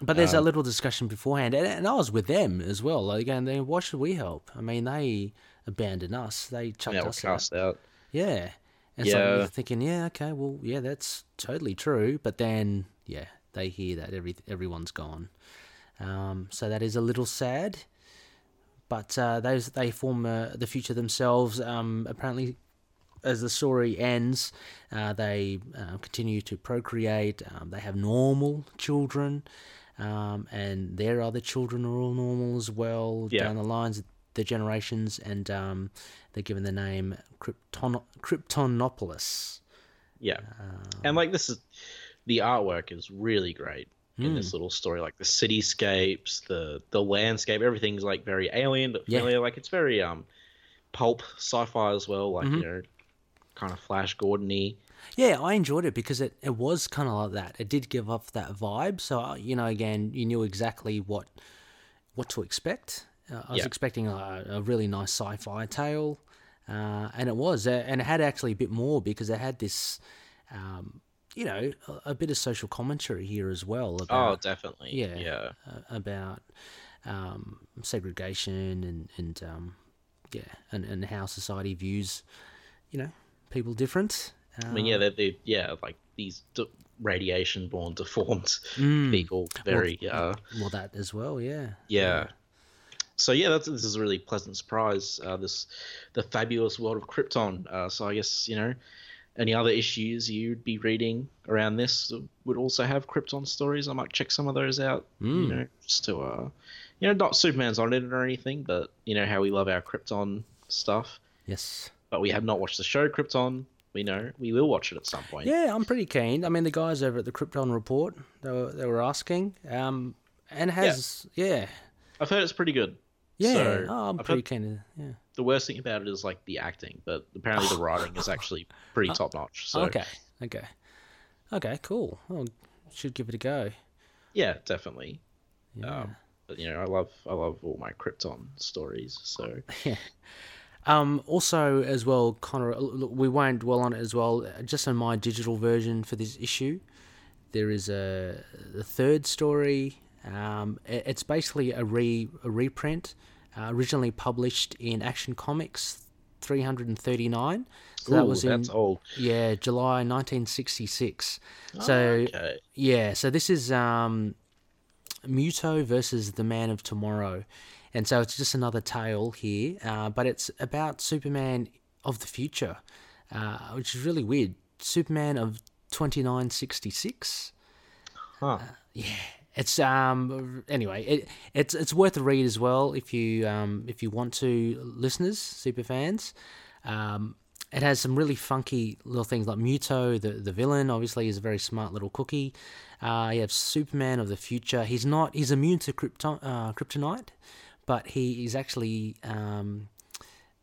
But there's a Um, little discussion beforehand, and, and I was with them as well. Like, and then why should we help? I mean, they abandoned us. They And chucked they were us out. cast out. Yeah. And so Yeah. you're thinking, yeah, okay, well, yeah, that's totally true. But then, yeah, they hear that every everyone's gone. Um, so that is a little sad. But uh, those they form uh, the future themselves. Um, apparently, as the story ends, uh, they uh, continue to procreate. Um, they have normal children, um, and their other children are all normal as well Yeah. down the lines, the generations, and um, they're given the name Krypton- Kryptonopolis. Yeah. Uh, and like this is the artwork is really great in Hmm. this little story like the cityscapes the the landscape everything's like very alien but Yeah. familiar like it's very um pulp sci-fi as well like Mhm. you know kind of flash gordon-y Yeah, I enjoyed it because it, it was kind of like that. It did give off that vibe. So uh, you know, again, you knew exactly what what to expect. Uh, I was Yeah. expecting a, a really nice sci-fi tale, uh, and it was, uh, and it had actually a bit more because it had this, um, you know, a, a bit of social commentary here as well. oh About, definitely yeah. yeah uh, about um, segregation and and um, yeah, and, and how society views, you know, people different. Uh, i mean yeah they're, they yeah like these d- radiation born deformed people very uh Hmm. mm. Well, that as well, yeah. yeah Um, so yeah that's this is a really pleasant surprise uh this the fabulous world of krypton uh so i guess you know any other issues you'd be reading around this would also have krypton stories i might check some of those out Mm. you know just to uh you know not superman's on it or anything but you know how we love our krypton stuff Yes. but we have not watched the show krypton we know we will watch it at some point Yeah, I'm pretty keen. I mean, the guys over at the Krypton Report, they were, they were asking, um, and has yeah, i've heard it's pretty good yeah. So, oh, I'm I've pretty heard- keen. To, yeah. the worst thing about it is like the acting but apparently the writing is actually pretty top notch so Oh, Okay. Okay. Okay. Cool. Well, should give it a go. Yeah, definitely. Yeah. Um, but you know, I love I love all my Krypton stories. So Um, also, as well, Connor, look, we won't dwell on it as well. Uh, Just on my digital version for this issue, there is a the third story. Um, it- it's basically a re a reprint, uh, originally published in Action Comics 339. So that Ooh, was in that's old. yeah July 1966. so okay. yeah, so this is um, Muto versus the Man of Tomorrow, and so it's just another tale here, uh, but it's about Superman of the future, uh, which is really weird. Superman of twenty nine sixty six. Huh. It's um anyway, it it's it's worth a read as well if you um if you want to listeners, super fans. Um it has some really funky little things like Muto, the, the villain, obviously is a very smart little cookie. Uh, you have Superman of the future. He's not he's immune to krypton, uh, kryptonite, but he is actually um,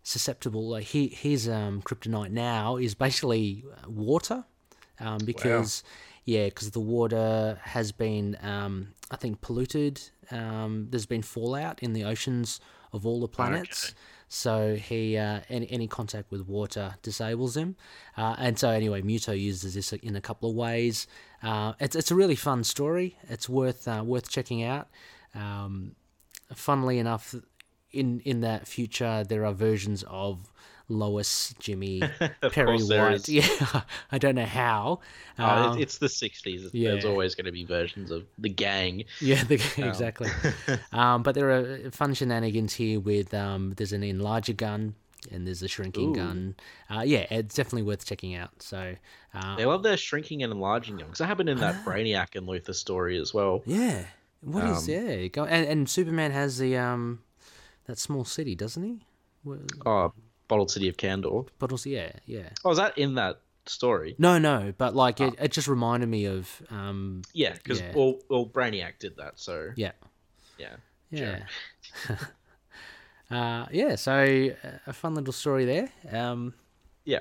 susceptible. Like he, his um, kryptonite now is basically water, um, because yeah, because the water has been um, I think polluted. Um, there's been fallout in the oceans of all the planets. So he uh, any, any contact with water disables him, uh, and so anyway, Muto uses this in a couple of ways. Uh, it's it's a really fun story. It's worth uh, worth checking out. Um, funnily enough, in in that future, there are versions of Lois, Jimmy, Of Perry course there is. White. Yeah, I don't know how. Oh, Um, it- it's the '60s. yeah. There's always going to be versions of the gang. Yeah, the, oh. exactly. um, but there are fun shenanigans here with um, there's an enlarger gun and there's a shrinking Ooh. gun. Uh, yeah, it's definitely worth checking out. So, uh, They love their shrinking and enlarging them because that happened in Ah. that Brainiac and Luther story as well. yeah, what is Um, yeah? Go, and, and Superman has the um, that small city, doesn't he? Where- Oh, Bottled City of Candor. But also, yeah, yeah. Oh, is that in that story? No, no, but like Uh. it, it just reminded me of um, Yeah, because Yeah. well, well, Brainiac did that. So yeah. yeah, Yeah. uh, yeah, so uh, a fun little story there. Um, Yeah.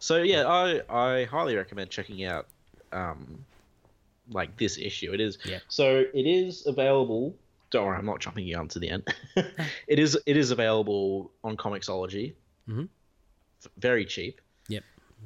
So yeah, I I highly recommend checking out um like this issue. It is Yeah. so it is available don't worry, I'm not jumping you onto the end. it is it is available on Comixology. Mhm. F- Very cheap. yep.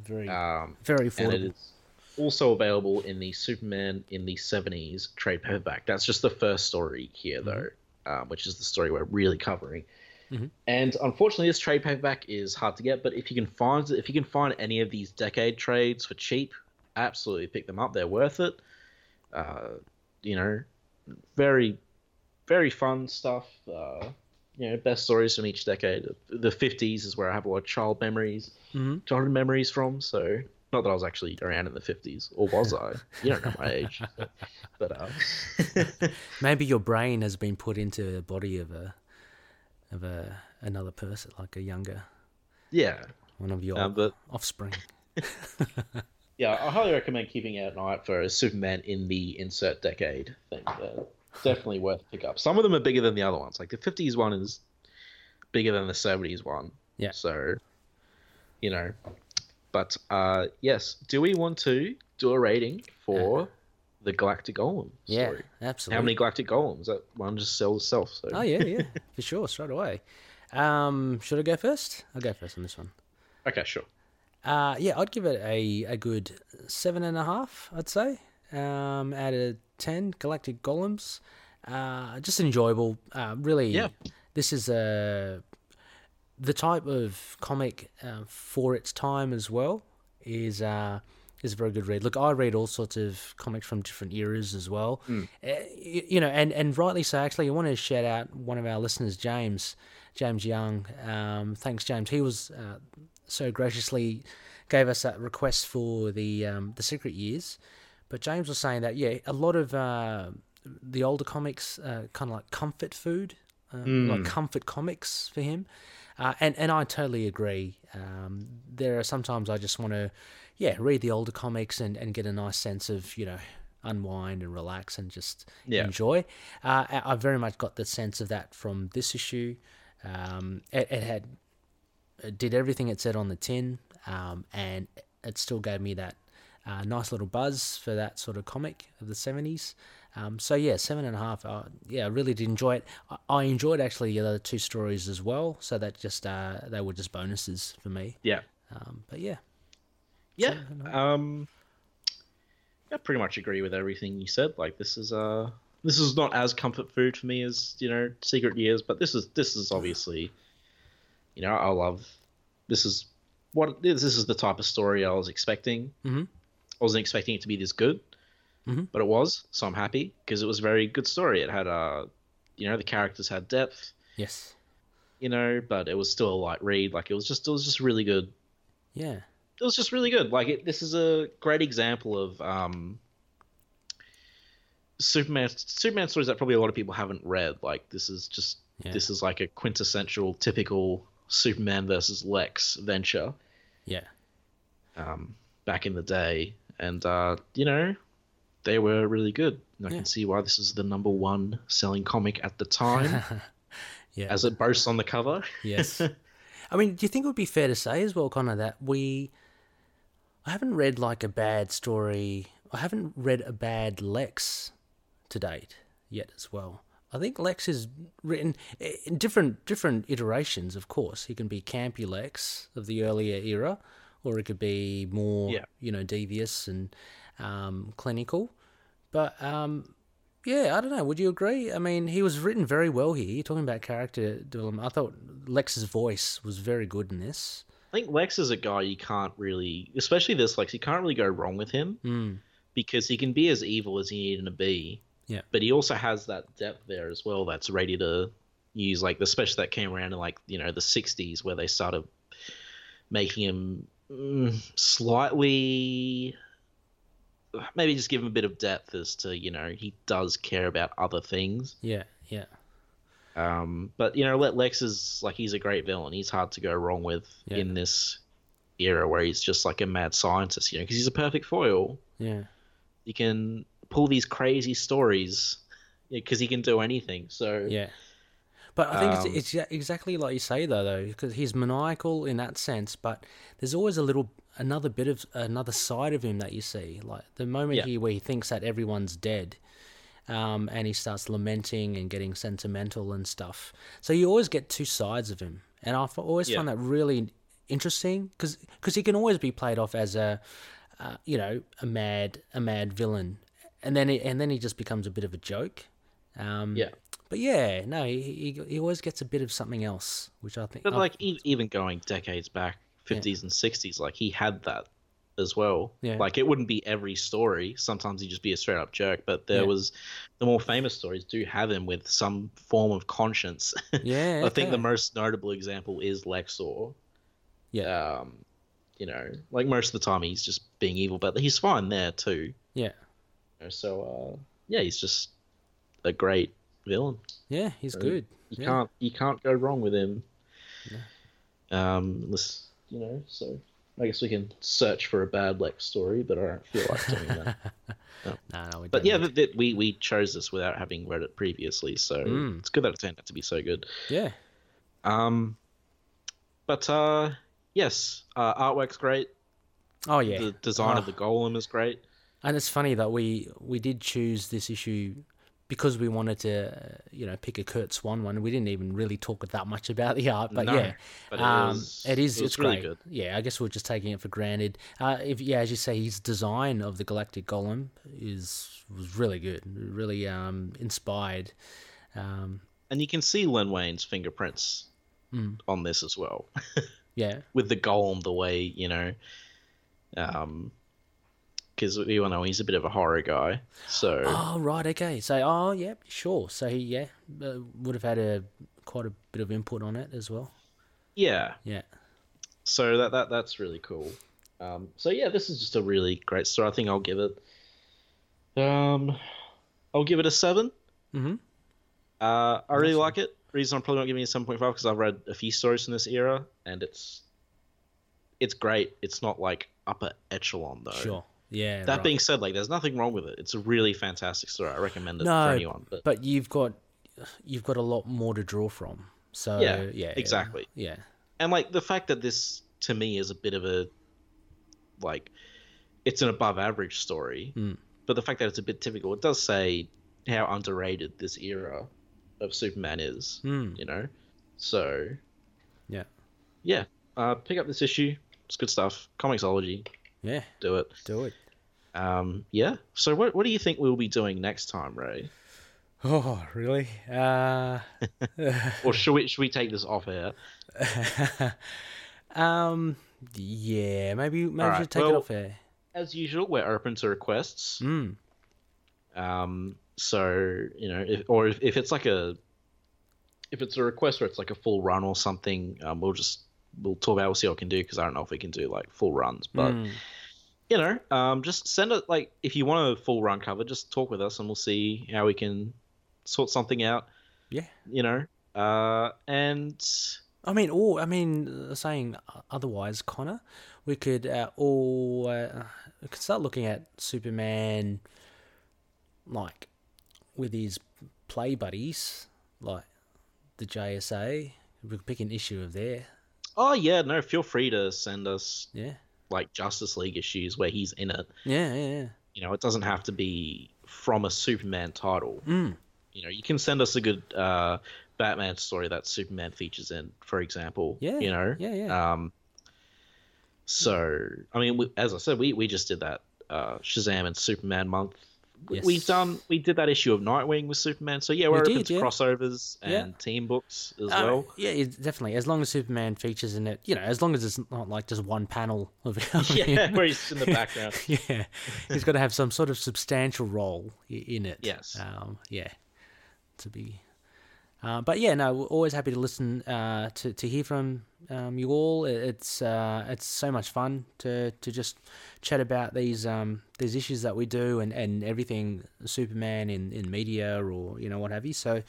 Very Um very and it affordable. is also available in the Superman in the 70s trade paperback. That's just the first story here, though, um, which is the story we're really covering. Mhm. And unfortunately, this trade paperback is hard to get. But if you can find if you can find any of these decade trades for cheap, absolutely pick them up. They're worth it. Uh, you know, very, very fun stuff. Uh, you know best stories from each decade. The fifties is where I have a lot of child memories, Mhm. childhood memories from. So not that I was actually around in the fifties, or was I? You don't know my age, but, but uh, Maybe your brain has been put into the body of a of a another person, like a younger yeah, one of your um, but offspring. yeah, I highly recommend keeping out an eye out for Superman in the insert decade thing. They're definitely worth a pick up. Some of them are bigger than the other ones. Like the fifties one is bigger than the seventies one. Yeah. So, you know, but uh, yes, do we want to do a rating for the Galactic Golem? Yeah, Story? absolutely. How many Galactic Golems? That one just sells itself. So. Oh yeah, yeah, for sure, straight away. Um, should I go first? I'll go first on this one. Okay, sure. Uh, yeah, I'd give it a, a good seven and a half, I'd say, um, out of ten Galactic Golems. Uh, just enjoyable. Uh, really, Yeah. this is a the type of comic uh, for its time as well is uh, is a very good read. Look, I read all sorts of comics from different eras as well, Uh, y- you know, and and rightly so. Actually, I want to shout out one of our listeners, James, James Young. Um, thanks, James. He was uh, so graciously gave us that request for the um, the Secret Years. But James was saying that yeah, a lot of uh, the older comics uh, kind of like comfort food, uh, like comfort comics for him, uh, and and I totally agree. Um, there are sometimes I just want to, yeah, read the older comics and and get a nice sense of you know unwind and relax and just Yeah. enjoy. Uh, I, I very much got the sense of that from this issue. Um, it, it had it did everything it said on the tin, um, and it still gave me that uh, nice little buzz for that sort of comic of the seventies. Um, so yeah, seven and a half. Uh, yeah, I really did enjoy it. I, I enjoyed actually the other two stories as well. So that just uh, they were just bonuses for me. Yeah. Um, but yeah, Yeah. Um, I pretty much agree with everything you said. Like this is uh this is not as comfort food for me as you know Secret Years, but this is this is obviously, you know, I love this is what it is. This is the type of story I was expecting. Mhm. I wasn't expecting it to be this good, Mhm. but it was. So I'm happy because it was a very good story. It had uh, you know, the characters had depth. yes, You know, but it was still a light read. Like it was just, it was just really good yeah, it was just really good. Like it, this is a great example of um, Superman Superman stories that probably a lot of people haven't read. Like this is just Yeah. this is like a quintessential typical Superman versus Lex venture yeah, um, back in the day, and uh, you know they were really good. And I Yeah. can see why this is the number one selling comic at the time, yeah. as it boasts on the cover. Yes. I mean, do you think it would be fair to say as well, Connor, that we. I haven't read like a bad story. I haven't read a bad Lex to date yet as well. I think Lex is written i- in different different iterations, of course. He can be campy Lex of the earlier era, or it could be more, Yeah. you know, devious and um, clinical. But um, yeah, I don't know. Would you agree? I mean, he was written very well here. You're talking about character development. I thought Lex's voice was very good in this. I think Lex is a guy you can't really, especially this Lex, you can't really go wrong with him Mm. because he can be as evil as he needed to be. Yeah. But he also has that depth there as well that's ready to use, like, especially that came around in, like, you know, the 60s where they started making him mm, slightly. Maybe just give him a bit of depth as to, you know, he does care about other things. Yeah, yeah, Um, but you know, Le- Lex is like he's a great villain. He's hard to go wrong with Yeah. in this era where he's just like a mad scientist, you know, because he's a perfect foil. yeah, He can pull these crazy stories because he can do anything. So yeah. But I think Um, it's, it's exactly like you say though, though, because he's maniacal in that sense. But there's always a little another bit of another side of him that you see, like the moment Yeah. here where he thinks that everyone's dead. um, and he starts lamenting and getting sentimental and stuff. So you always get two sides of him, and I f- always Yeah. find that really interesting because he can always be played off as a uh, you know a mad a mad villain, and then he, and then he just becomes a bit of a joke. Um, Yeah. But yeah, no, he, he he always gets a bit of something else, which I think. but I- like e- even going decades back, 50s and 60s, like he had that as well. Yeah. Like it wouldn't be every story. Sometimes he'd just be a straight up jerk. But there Yeah. was the more famous stories do have him with some form of conscience. Yeah, I think okay. the most notable example is Lexor. Yeah. Um, you know, like most of the time he's just being evil, but he's fine there too. Yeah. You know, so uh, yeah, he's just a great villain. Yeah, he's So, good. You Yeah. can't you can't go wrong with him. Um, unless you know. So I guess we can search for a bad Lex story, but I don't feel like doing that. No, no, we But don't yeah, need- th- th- we we chose this without having read it previously, so Mm. it's good that it turned out to be so good. yeah, Um, but uh, yes, uh, artwork's great. oh yeah. The design Ah. of the golem is great. And it's funny that we we did choose this issue because we wanted to, uh, you know, pick a Kurt Swan one. We didn't even really talk that much about the art, but No, yeah, but it um, is- it is it was it's really great. good. Yeah, I guess we're just taking it for granted. Uh, if yeah, as you say, his design of the Galactic Golem is was really good, really um, inspired. Um, And you can see Len Wayne's fingerprints Mm. on this as well, yeah, with the golem the way you know, um, because we all know he's a bit of a horror guy. So Oh right, okay. So oh yeah, sure. So he yeah uh, would have had a quite a bit of input on it as well. yeah, Yeah, so that that that's really cool. Um, so yeah, this is just a really great story. I think I'll give it. Um, I'll give it a seven. Mhm. Uh, I really like it. Reason I'm probably not giving it a seven point five because I've read a few stories from this era, and it's it's great. It's not like upper echelon though. sure. Yeah. Oh. That right. being said, like there's nothing wrong with it. It's a really fantastic story. I recommend it No, for anyone. But, but you've got you've got a lot more to draw from. So Yeah, yeah, yeah exactly. Yeah, and like the fact that this to me is a bit of a like it's an above average story Mm. but the fact that it's a bit typical it does say how underrated this era of superman is Mm. you know so Yeah. yeah uh, pick up this issue it's good stuff comicsology yeah. do it Do it. um, yeah so what, what do you think we'll be doing next time ray Oh really? Uh, or should we, should we take this off air um, yeah. Maybe maybe Alright, we should take it well- off air. as usual we're open to requests Mm. Um, so you know, if, or if, if it's like a if it's a request where it's like a full run or something, um, we'll just we'll talk about we'll see what we can do because I don't know if we can do like full runs, but mm. you know, um, just send it like if you want a full run cover, just talk with us and we'll see how we can sort something out. Yeah. You know, uh, and I mean, or I mean, uh, saying otherwise, Connor, we could uh, all uh, we could start looking at Superman, like with his play buddies, like the JSA. We could pick an issue of there. oh yeah, no, feel free to send us Yeah, like Justice League issues where he's in it. yeah, yeah. You know, it doesn't have to be from a Superman title. yeah. Mm. you know you can send us a good uh batman story that superman features in for example Yeah, you know yeah, yeah. um so i mean we, as i said we we just did that uh shazam and superman month We- Yes. We've done. We did that issue of Nightwing with Superman. So yeah, we're open did, to yeah. crossovers and Yeah. team books as Uh, well. yeah, it- definitely. As long as Superman features in it, you know, as long as it's not like just one panel of of Yeah, him. where he's in the background. yeah, he's got to have some sort of substantial role i- in it. Yes. Um, yeah, to be. Uh, but yeah, no, we're always happy to listen uh, to to hear from um, you all. I- It's uh, it's so much fun to, to just chat about these um, these issues that we do and, and everything Superman in, in media or you know what have you. So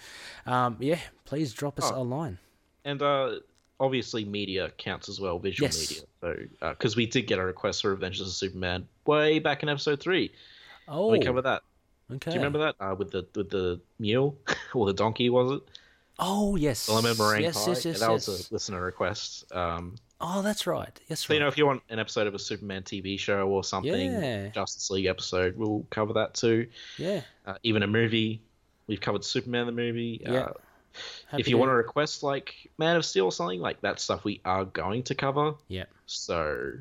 um, yeah, please drop us Oh, a line. And uh, obviously, media counts as well, visual Yes. media. So because we did get a request for Adventures of Superman way back in episode three, Oh, we covered that. okay. Do you remember that uh, with the with the mule or the donkey? Was it Oh yes, the lemon meringue yes, pie? yes, yes, Yeah, that yes. was a listener request. Um, Oh, that's right. Yes, so right. you know, if you want an episode of a Superman TV show or something, Yeah. Justice League episode, we'll cover that too. yeah. Uh, even a movie, we've covered Superman the movie. Yeah, Uh, Happy if you to- want to request like Man of Steel or something like that stuff, we are going to cover. Yeah. So,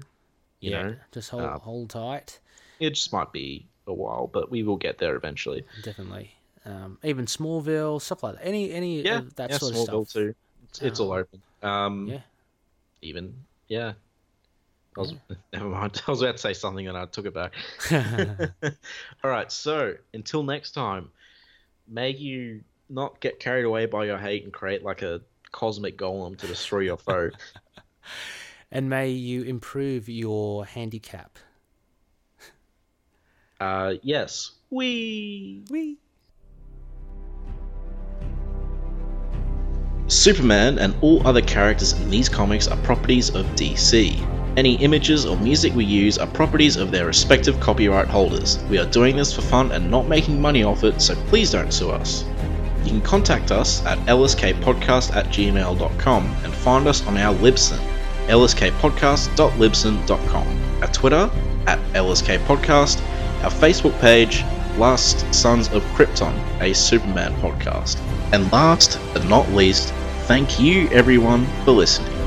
you yeah, know, just hold uh, hold tight. it just might be a while, but we will get there eventually. Definitely. Um, even Smallville, stuff like that. Any any yeah, of that yeah, sort Smallville of stuff. too. It's, it's all open. Um, yeah. even yeah. Um, I was, Never mind. I was about to say something and I took it back. All right. So until next time, may you not get carried away by your hate and create like a cosmic golem to destroy your foe. and may you improve your handicap. Uh, yes. We. Wee. Superman and all other characters in these comics are properties of DC. Any images or music we use are properties of their respective copyright holders. We are doing this for fun and not making money off it, so please don't sue us. You can contact us at lskpodcast at gmail.com and find us on our Libsyn, lskpodcast.libsyn.com, our Twitter at lskpodcast, our Facebook page, Last Sons of Krypton, a Superman podcast. And last but not least, thank you everyone for listening.